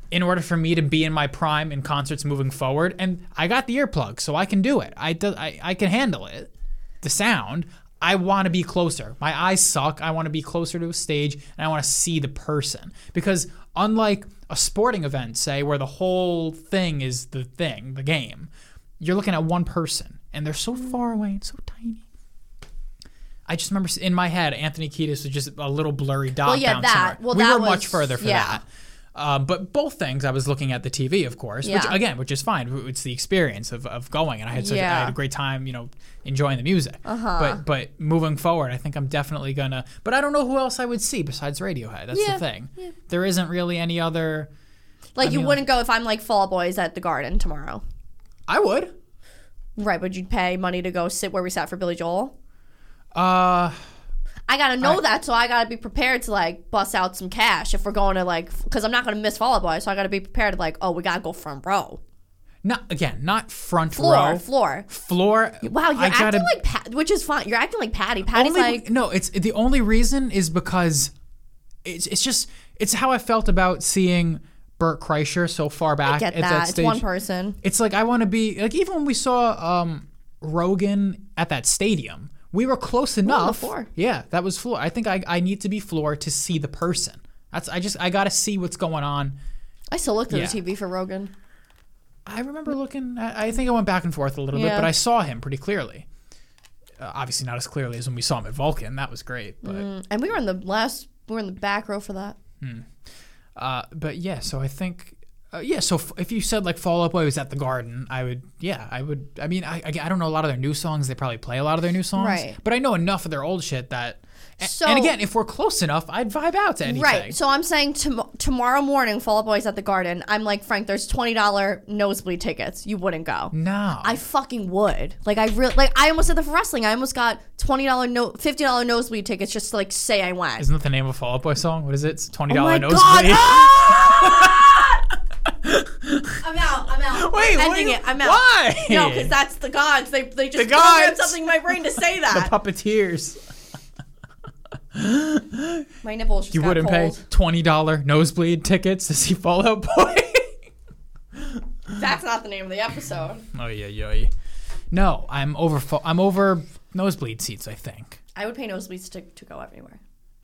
in order for me to be in my prime in concerts moving forward, and I got the earplug, so I can do it. I do, I, I can handle it. The sound. I want to be closer. My eyes suck. I want to be closer to a stage, and I want to see the person. Because unlike a sporting event, say where the whole thing is the thing, the game, you're looking at one person, and they're so far away and so tiny. I just remember in my head, Anthony Kiedis was just a little blurry dot.
Well, yeah,
down
that-
somewhere.
well,
we
that
were much
was-
further for
yeah.
that. Um, but both things, I was looking at the TV, of course, which
Yeah.
again, which is fine. W- It's the experience of, of going, and I had such I
Yeah.
had a great time, you know, enjoying the music. Uh-huh. But but moving forward, I think I'm definitely gonna. But I don't know who else I would see besides Radiohead. That's
Yeah,
the thing. There isn't really any other.
Like you
mean,
wouldn't go if I'm like Fall Out Boys at the Garden tomorrow,
I would.
right? Would you pay money to go sit where we sat for Billy Joel?
Uh,
I gotta know that, so I gotta be prepared to like bust out some cash if we're going to like, because I'm not gonna miss Fall Out Boys, so I gotta be prepared to like, oh, we gotta go front row,
not again, not front
floor,
row,
floor.
floor.
Wow, you're
I
acting
gotta-
like Pat, which is fine. You're acting like Patty. Patty's
Only-
like,
no it's the only reason is because it's, it's just it's how i felt about seeing burt kreischer so far back
get
at
that.
that
It's
stage
one person.
it's like i want to be like even when we saw um rogan at that stadium we were close enough
floor.
yeah that was floor i think i, I need to be floor to see the person that's i just i gotta see what's going on
I still looked at
Yeah.
the TV for Rogan.
I remember looking. I, I think I went back and forth a little bit,
Yeah.
but I saw him pretty clearly. Uh, obviously, not as clearly as when we saw him at Vulcan. That was great, but
And we were in the last, we were in the back row for that.
Uh, but yeah, so I think uh, yeah. So f- if you said like Fall Out Boy was at the Garden, I would yeah, I would. I mean, I, I I don't know a lot of their new songs. They probably play a lot of their new songs,
Right.
But I know enough of their old shit that. a-
So-
and again, if we're close enough, I'd vibe out to anything.
Right. So I'm saying tom- tomorrow morning, Fall Out Boys at the Garden. I'm like, Frank, there's $20 nosebleed tickets. You wouldn't go.
No.
I fucking would. Like I really like I almost did the for wrestling. I almost got twenty dollar no fifty dollar nosebleed tickets just to like say I went.
Isn't that the name of a Fall Out Boy song? What is it? It's twenty
oh
dollar
my god!
nosebleed. [LAUGHS]
Ah! I'm out. I'm out.
Wait,
I'm
what
ending
are you-
it. I'm out.
why?
No, because that's the gods. They they just
The
programmed
gods.
something in my brain
[LAUGHS]
to say that.
Puppeteers.
my nipples just
You
got
wouldn't
cold.
pay twenty dollar nosebleed tickets to see Fall Out Boy. [LAUGHS]
That's not the name of the episode.
Oh yeah, yeah. No, I'm over. fo- I'm over nosebleed seats. I think.
I would pay nosebleeds to, to go everywhere.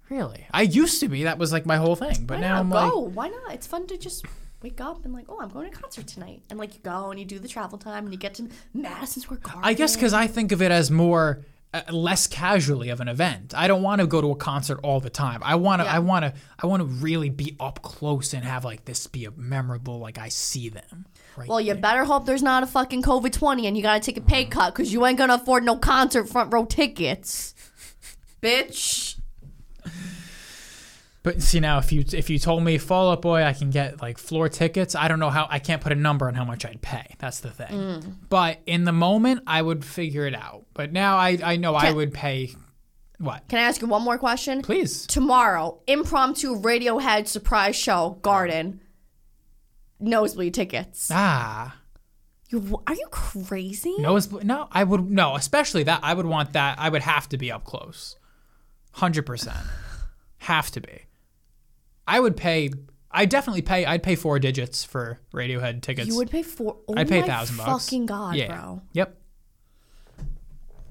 Really, I used to be. That was like my whole thing. But
Why
now I'm
not
like,
go? Why not? It's fun to just wake up and like, oh, I'm going to a concert tonight, and like you go and you do the travel time and you get to Madison Square Garden.
I guess because I think of it as more uh, less casually of an event. I don't want to go to a concert all the time. I want to.
Yeah.
I want to. I want to really be up close and have like this be a memorable. Like I see them. Right.
Well, you better hope there's not a fucking COVID 20 and you gotta take a pay cut because you ain't gonna afford no concert front row tickets. Bitch.
but see now, if you if you told me Fall Out Boy, I can get like floor tickets. I don't know how. I can't put a number on how much I'd pay. That's the thing.
Mm.
But in the moment, I would figure it out. But now I I know I
Can-
would pay. What?
Can I ask you one more question?
Please.
Tomorrow, impromptu Radiohead surprise show, Garden. Nosebleed tickets.
Ah.
You, are you crazy?
No, it's- no, I would no, especially that. I would want that. I would have to be up close, hundred percent, have to be. I would pay. I definitely pay. I'd pay four digits for Radiohead tickets.
You would pay four. Oh
I'd pay
my
a thousand bucks.
Fucking god,
yeah.
bro.
Yep.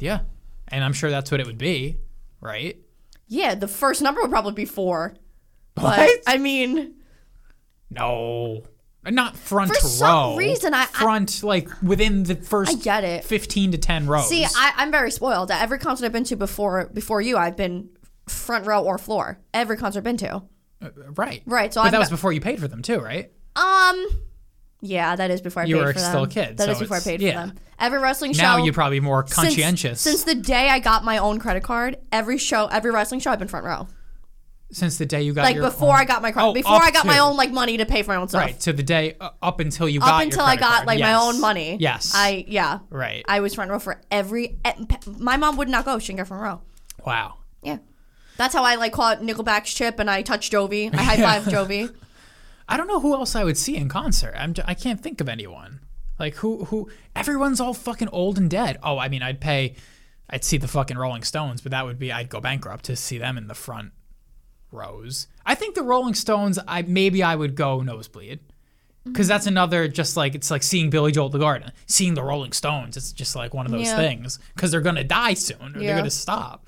Yeah, and I'm sure that's what it would be, right?
Yeah, the first number would probably be four. But
What?
I mean,
No. Not front
For
row.
some reason, I- I-
front like within the first
I get it.
fifteen to ten rows.
see, I, I'm very spoiled. At every concert I've been to before before you, I've been front row or floor. Every concert I've been to.
Uh, right,
right, so
but
I'm
that
go-
was before you paid for them too, right?
Um, yeah, that is before I
You
paid
were
for them.
still a kid,
That is
so
before I
it's-
paid
yeah.
for them. Every wrestling show.
Now you're probably more
since-
conscientious.
Since, the day I got my own credit card, every show, every wrestling show, I've been front row.
since the day you got
Like
your
before
own-
I got my credit,
Oh,
before
up
I got my
to-
own like money to pay for my own stuff.
right to the day uh, up until you
Up
got your
until I
credit
got
card.
like my
Yes.
own money.
Yes,
I yeah.
right.
I was front row for every. eh, p- My mom would not go. She didn't get front row.
wow,
Yeah. That's how I like caught Nickelback's chip and I touched Jovi. [LAUGHS] I high five Jovi.
I don't know who else I would see in concert. I'm j- I can't think of anyone. Like who who everyone's all fucking old and dead. Oh, I mean, I'd pay I'd see the fucking Rolling Stones, but that would be I'd go bankrupt to see them in the front rows. I think the Rolling Stones I maybe I would go nosebleed.
Mm-hmm.
Cuz that's another just like it's like seeing Billy Joel at the Garden, seeing the Rolling Stones. It's just like one of those
Yeah.
things cuz they're going to die soon or they're
Yeah.
going to stop.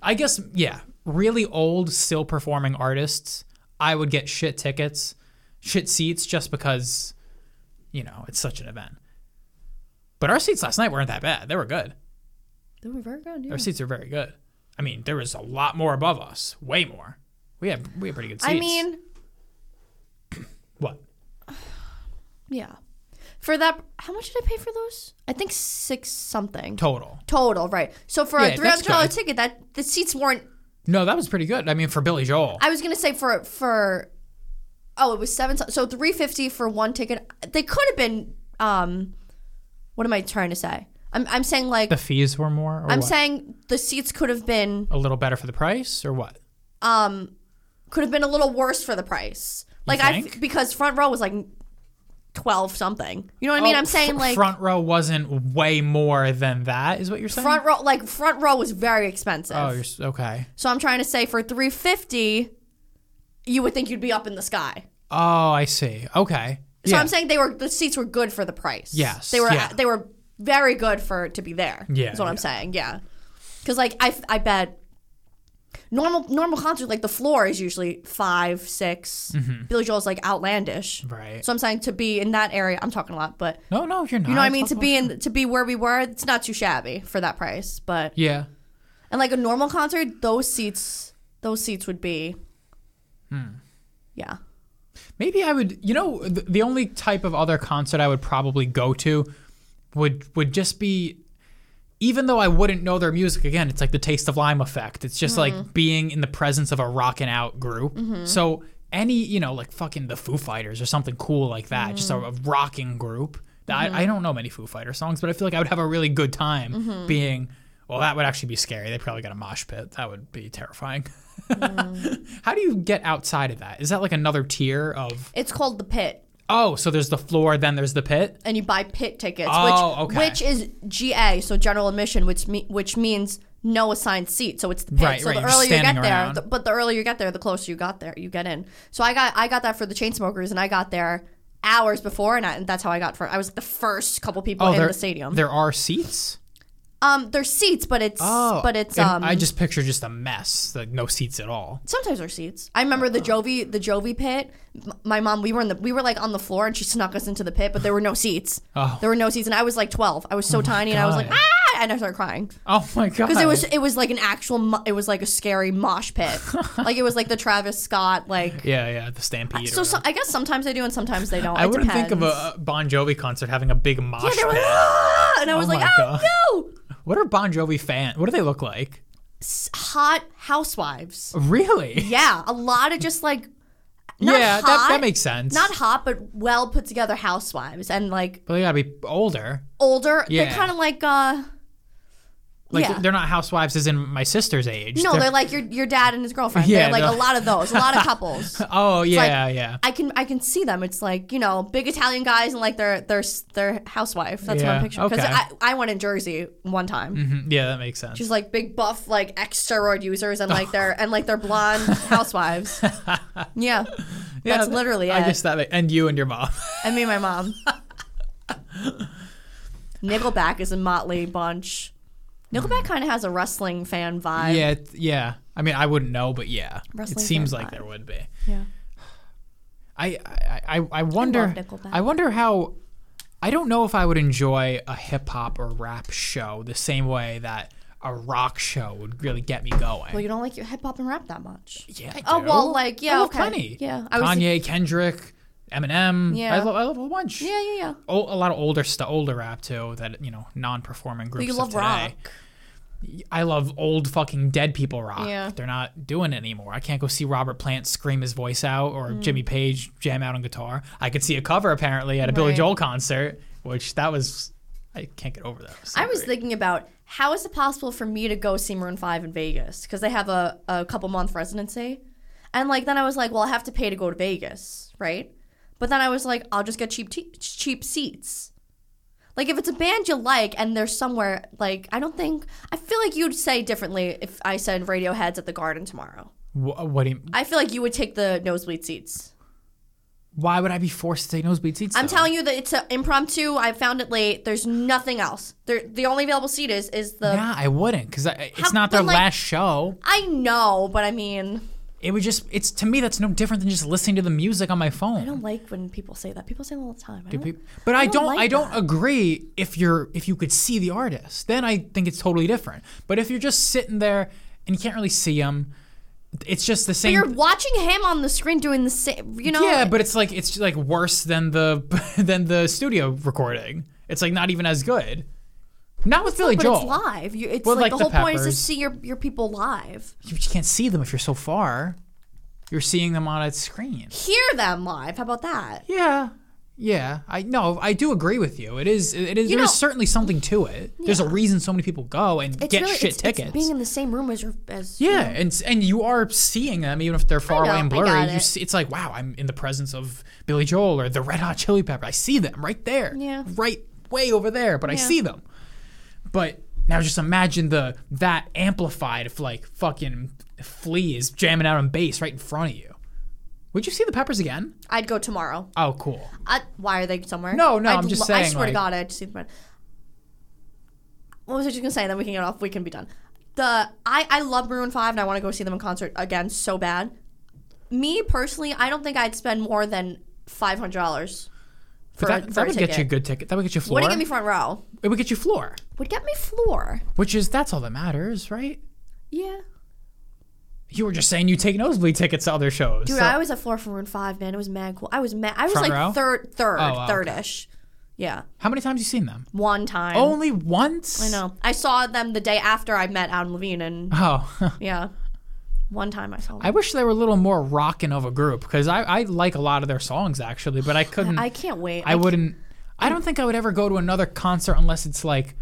I guess yeah, really old still performing artists, I would get shit tickets, shit seats just because you know, it's such an event. But our seats last night weren't that bad. They were good.
They were very good. Yeah.
Our seats are very good. I mean, there was a lot more above us, way more. We have we have pretty good seats.
I mean,
what?
yeah. For that, how much did I pay for those? I think six something
Total.
total, right? So for
Yeah,
a three
that's
hundred dollar
good.
ticket, that the seats weren't.
No, that was pretty good. I mean, for Billy Joel,
I was gonna say for for, oh, it was seven. so- So three fifty for one ticket. They could have been. Um, what am I trying to say? I'm I'm saying like
the fees were more. Or
I'm
what?
saying the seats could have been
a little better for the price, or what?
um could have been a little worse for the price. Like I
think?
f- because front row was like twelve something. You know what I mean?
Oh,
I'm saying
fr-
like front,
front row wasn't way more than that. Is what you're saying?
row like front row was very expensive.
Oh, you're s- okay.
so I'm trying to say for three fifty, you would think you'd be up in the sky.
Oh, I see. Okay.
So
yeah.
I'm saying they were the seats were good for the price.
Yes,
They were
yeah.
they were very good for to be there.
Yeah,
Is what I'm
yeah.
saying. Yeah. Cuz like I I bet normal normal concert like the floor is usually 5, 6. Billy Joel's like outlandish.
Mm-hmm. right.
So I'm saying to be in that area, I'm talking a lot, but
no, no, you're not.
you know what I mean to be in to be where we were, it's not too shabby for that price, but
Yeah.
and like a normal concert, those seats those seats would be Yeah.
Maybe I would. You know, the, the only type of other concert I would probably go to would would just be, even though I wouldn't know their music. Again, it's like the Taste of Lime effect. It's just like being in the presence of a rocking out group. So any you know like fucking the Foo Fighters or something cool like that, just a, a rocking group. I, I don't know many Foo Fighter songs, but I feel like I would have a really good time being. Well, that would actually be scary. They probably got a mosh pit. That would be terrifying. [LAUGHS] How do you get outside of that? Is that like another tier of
It's called the pit.
Oh, so there's the floor, then there's the pit.
and you buy pit tickets,
Oh,
which
okay.
which is GA, so general admission, which me- which means no assigned seat. So it's the pit.
Right,
so
right,
the
you're just
earlier you
standing
get there,
around.
the, but the earlier you get there, the closer you got there, you get in. So I got I got that for the chain smokers, and I got there hours before, and, I, and that's how I got for. I was the first couple people in
there,
the stadium.
There are seats.
um, there's seats, but it's but it's
Oh, And
um.
I just picture just a mess, like no seats at all.
Sometimes there's seats. I remember the
Uh-huh.
Jovi, the Jovi pit. M- My mom, we were in the, we were like on the floor, and she snuck us into the pit, but there were no seats.
Oh.
There were no seats, and I was like 12. I was so tiny, and I was like,
God.
ah, and I started crying.
Oh
[LAUGHS]
my god!
Because it was it was like an actual mo- it was like a scary mosh pit
[LAUGHS]
like it was like the Travis Scott like
yeah, yeah, the stampede.
so,
or
so
whatever.
I guess sometimes they do and sometimes they don't
I
It
wouldn't think of
depends.
a- a Bon Jovi concert having a big mosh
yeah they were
pit.
like ah! and I was
Oh
like
my
oh
God.
no
What are Bon Jovi fan? What do they look like?
S- hot housewives
Really?
yeah a lot of just like
[LAUGHS]
not
yeah,
hot,
that, that makes sense.
not hot but well put together housewives and like
but they gotta be older.
older
Yeah.
they're kind of like uh
Like
yeah.
they're not housewives, as in my sister's age.
no, they're like your your dad and his girlfriend.
Yeah,
they're like
no.
a lot of those,
[LAUGHS]
a lot of couples.
oh
like-
yeah, yeah. [LAUGHS]
I can I can see them. It's like you know, big Italian guys and like their their their housewife. That's what
Yeah,
I'm picturing. Because
okay.
I, I went in Jersey one time.
Mhm, Yeah, that makes sense.
She's like big buff like ex steroid users and
[LAUGHS]
like their and like their blonde housewives. Yeah,
yeah,
that's
that-
literally
I
it.
guess that. And you and your mom. [LAUGHS]
I mean my mom. [LAUGHS] Nickelback is a motley bunch. Nickelback kind of has a wrestling fan vibe.
Yeah, it- yeah. I mean, I wouldn't know, but yeah, it
Wrestling
seems
fan
like
vibe.
there would be.
Yeah.
I I I, I wonder.
Nickelback.
I, wonder how. I don't know if I would enjoy a hip hop or rap show the same way that a rock show would really get me going.
Well, you don't like your hip hop and rap that much.
yeah. I
Oh
do.
well, like yeah,
I love
okay.
plenty.
Yeah, I was.
Kanye, Kendrick, Eminem.
Yeah.
I love I love a whole bunch.
Yeah, yeah, yeah.
O- a lot of older stuff, older rap too. That you know, non-performing groups.
But you
of
love
today.
rock.
I love old fucking dead people rock.
Yeah.
They're not doing it anymore. I can't go see Robert Plant scream his voice out or
Mm.
Jimmy Page jam out on guitar. I could see a cover apparently at a Billy
Right.
Joel concert, which that was I can't get over that. It so
I was
great.
thinking about how is it possible for me to go see Maroon Five in Vegas because they have a, a couple month residency, and like then I was like, well, I have to pay to go to Vegas, right? But then I was like, I'll just get cheap te- cheap seats. Like if it's a band you like and they're somewhere like I don't think I feel like you'd say differently if I said Radiohead's at the Garden tomorrow.
Wh- what do you,
I feel like you would take the nosebleed seats.
why would I be forced to take nosebleed seats?
I'm
though?
telling you that it's an impromptu. I found it late. There's nothing else. There, the only available seat is is the.
Nah, I wouldn't because
How-
it's not their
but, like-
last show.
I know, but I mean,
It would just, it's to me, that's no different than just listening to the music on my phone.
I don't like when people say that. People say that all the time. I don't-
Pe- But I
don't
don't.
like
I don't agree. If you're, if you could see the artist, then I think it's totally different. But if you're just sitting there and you can't really see them, it's just the same.
You're watching him on the screen doing the same. You know.
yeah, but it's like it's like worse than the [LAUGHS] than the studio recording. It's like not even as good. Not with Billy
but
Joel.
it's live. You, it's
Well,
like,
like
the
the
whole point is to
Peppers.
see your your people live.
you just can't see them if you're so far. You're seeing them on a screen.
Hear them live. How about that?
Yeah. Yeah, I no, I do agree with you. It is, it is.
You
there is
know-
certainly something to it. There's a reason so many people go and
It's
get
really,
shit
it's,
tickets.
It's being in the same room as your as you
Yeah,
know.
and and you are seeing them even if they're far
know,
away and
I got
blurry. You
it.
see, it's like wow, I'm in the presence of Billy Joel or the Red Hot Chili Pepper. I see them right there.
Yeah.
right way over there, but I see them. But now just imagine the that amplified if like fucking Flea is jamming out on bass right in front of you. Would you see the Peppers again?
I'd go tomorrow.
Oh, cool.
I, why are they somewhere?
No, no,
I'd
I'm just
lo- I
saying,
swear to
like-
God, I'd see them. What was I just gonna say? Then we can get off. We can be done. The I I love Maroon Five and I want to go see them in concert again so bad. Me personally, I don't think I'd spend more than five hundred dollars for,
But that,
a- for
that
a
would
ticket.
get you a good ticket. That would get you floor.
Wouldn't get me front row.
it would get you floor,
Would get me floor.
which is that's all that matters, right?
Yeah.
You were just saying you take nosebleed tickets to other shows.
Dude,
so-
I was at floor for Maroon Five, man. It was mad cool. I was mad. I was
Front
like
row?
third, third,
Oh, wow.
third-ish. Yeah,
how many times you seen them?
one time.
Only once?
I know. I saw them the day after I met Adam Levine, and
Oh, [LAUGHS]
yeah, one time I saw them.
I wish they were a little more rockin' of a group because I, I like a lot of their songs actually, but I couldn't.
[LAUGHS] I
I,
can't wait.
wouldn't. I don't think I would ever go to another concert unless it's like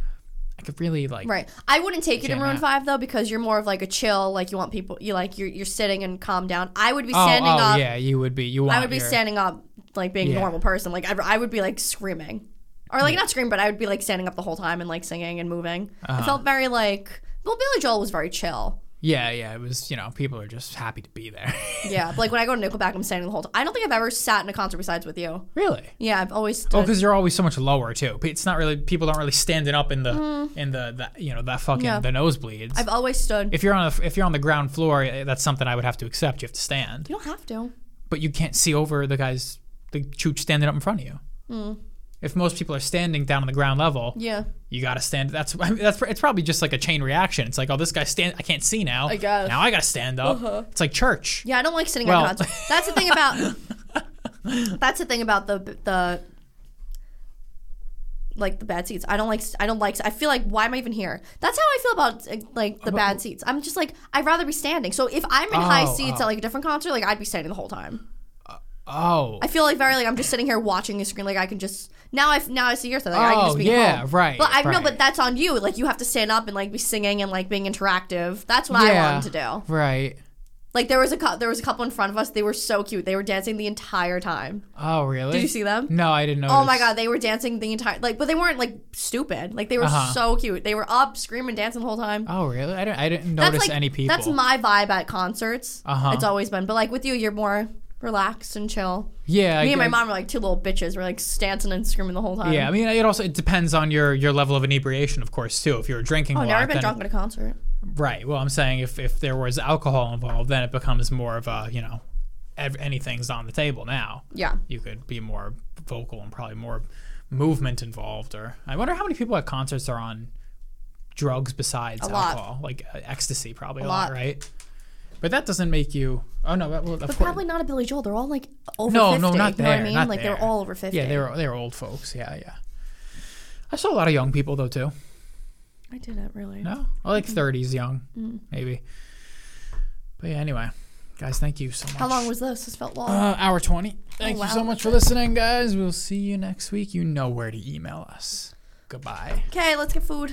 I could really like.
Right. I wouldn't take you to
Jam
Maroon
out.
Five though because you're more of like a chill, like you want people, you like you're you're sitting and calm down. I would be
Oh,
standing
oh,
up.
yeah, you would be. You want.
I would be
your-
standing up, like being
Yeah.
a normal person. Like I, I would be like screaming, or like not scream, but I would be like standing up the whole time and like singing and moving.
Uh-huh.
It felt very like. Well, Billy Joel was very chill.
Yeah, yeah. It was. You know, people are just happy to be there. [LAUGHS]
Yeah, but, like when I go to Nickelback, I'm standing the whole time. I don't think I've ever sat in a concert besides with you.
really.
Yeah, I've always.
Oh, because you're always so much lower too. But It's not really people don't really standing up in the in the, the you know that fucking
Yeah.
the nosebleeds.
Mm. I've always stood.
if you're on the, if you're on the ground floor, eh, that's something I would have to accept. You have to stand.
you don't have to.
but you can't see over the guys, the chooch standing up in front of you. If most people are standing down on the ground level,
Hmm. Yeah.
you got to stand. That's I mean, that's it's probably just like a chain reaction. It's like, oh, this guy stand, I can't see now. I
guess. Uh-huh.
now I got to stand up. It's like church.
Yeah, I don't like sitting
Well-
on concerts. That's the thing about.
[LAUGHS]
that's the thing about the the. Like the bad seats. I don't like. I don't like. I feel like why am I even here? That's how I feel about uh, like the bad seats. I'm just like I'd rather be standing. So if I'm in high
Oh,
seats at like a different concert, like I'd be standing the whole time.
Oh,
I feel like very like I'm just sitting here watching a screen. Like I can just now. I now I see your thing. Like, I can
Oh,
just be
yeah,
home.
right,
But I know,
right.
but that's on you. Like you have to stand up and like be singing and like being interactive. That's what I wanted to do.
Right.
Like there was a cou- there was a couple in front of us. They were so cute. They were dancing the entire time.
Oh, really?
Did you see them?
No, I didn't know.
Oh my god, they were dancing the entire like, but they weren't like stupid. Like they were
Uh-huh.
so cute. They were up screaming, dancing the whole time.
Oh, really? I didn't. I didn't notice
like
any people.
that's my vibe at concerts.
Uh-huh.
It's always been, but like with you, you're more relaxed and chill.
yeah.
Me
I
and my
guess-
mom were like two little bitches. We're like dancing and screaming the whole time.
Yeah, I mean, it also it depends on your your level of inebriation, of course, too. If you were drinking a
Oh, I've
lot,
never been
then-
drunk at a concert.
Right. Well, I'm saying if, if there was alcohol involved, then it becomes more of a, you know, ev- anything's on the table now.
Yeah,
You could be more vocal and probably more movement involved. Or I wonder how many people at concerts are on drugs besides
lot.
alcohol, like uh, ecstasy, probably a, lot.
lot.
right? But that doesn't make you. Oh no, well, of
but
course.
probably not a Billy Joel. They're all like over
No,
50.
no, not
You know what I
there,
mean?
not
like
there.
they're all over fifty.
yeah, they were they were old folks. Yeah, yeah. I saw a lot of young people though too.
I didn't really.
No, I
Mm-hmm.
like 30s young,
Mm.
maybe. But yeah, anyway, guys, thank you so much.
How long was this? This felt long.
Uh, hour 20. Thank
wow,
you so much for listening, guys. We'll see you next week. You know where to email us. Goodbye.
Okay, let's get food.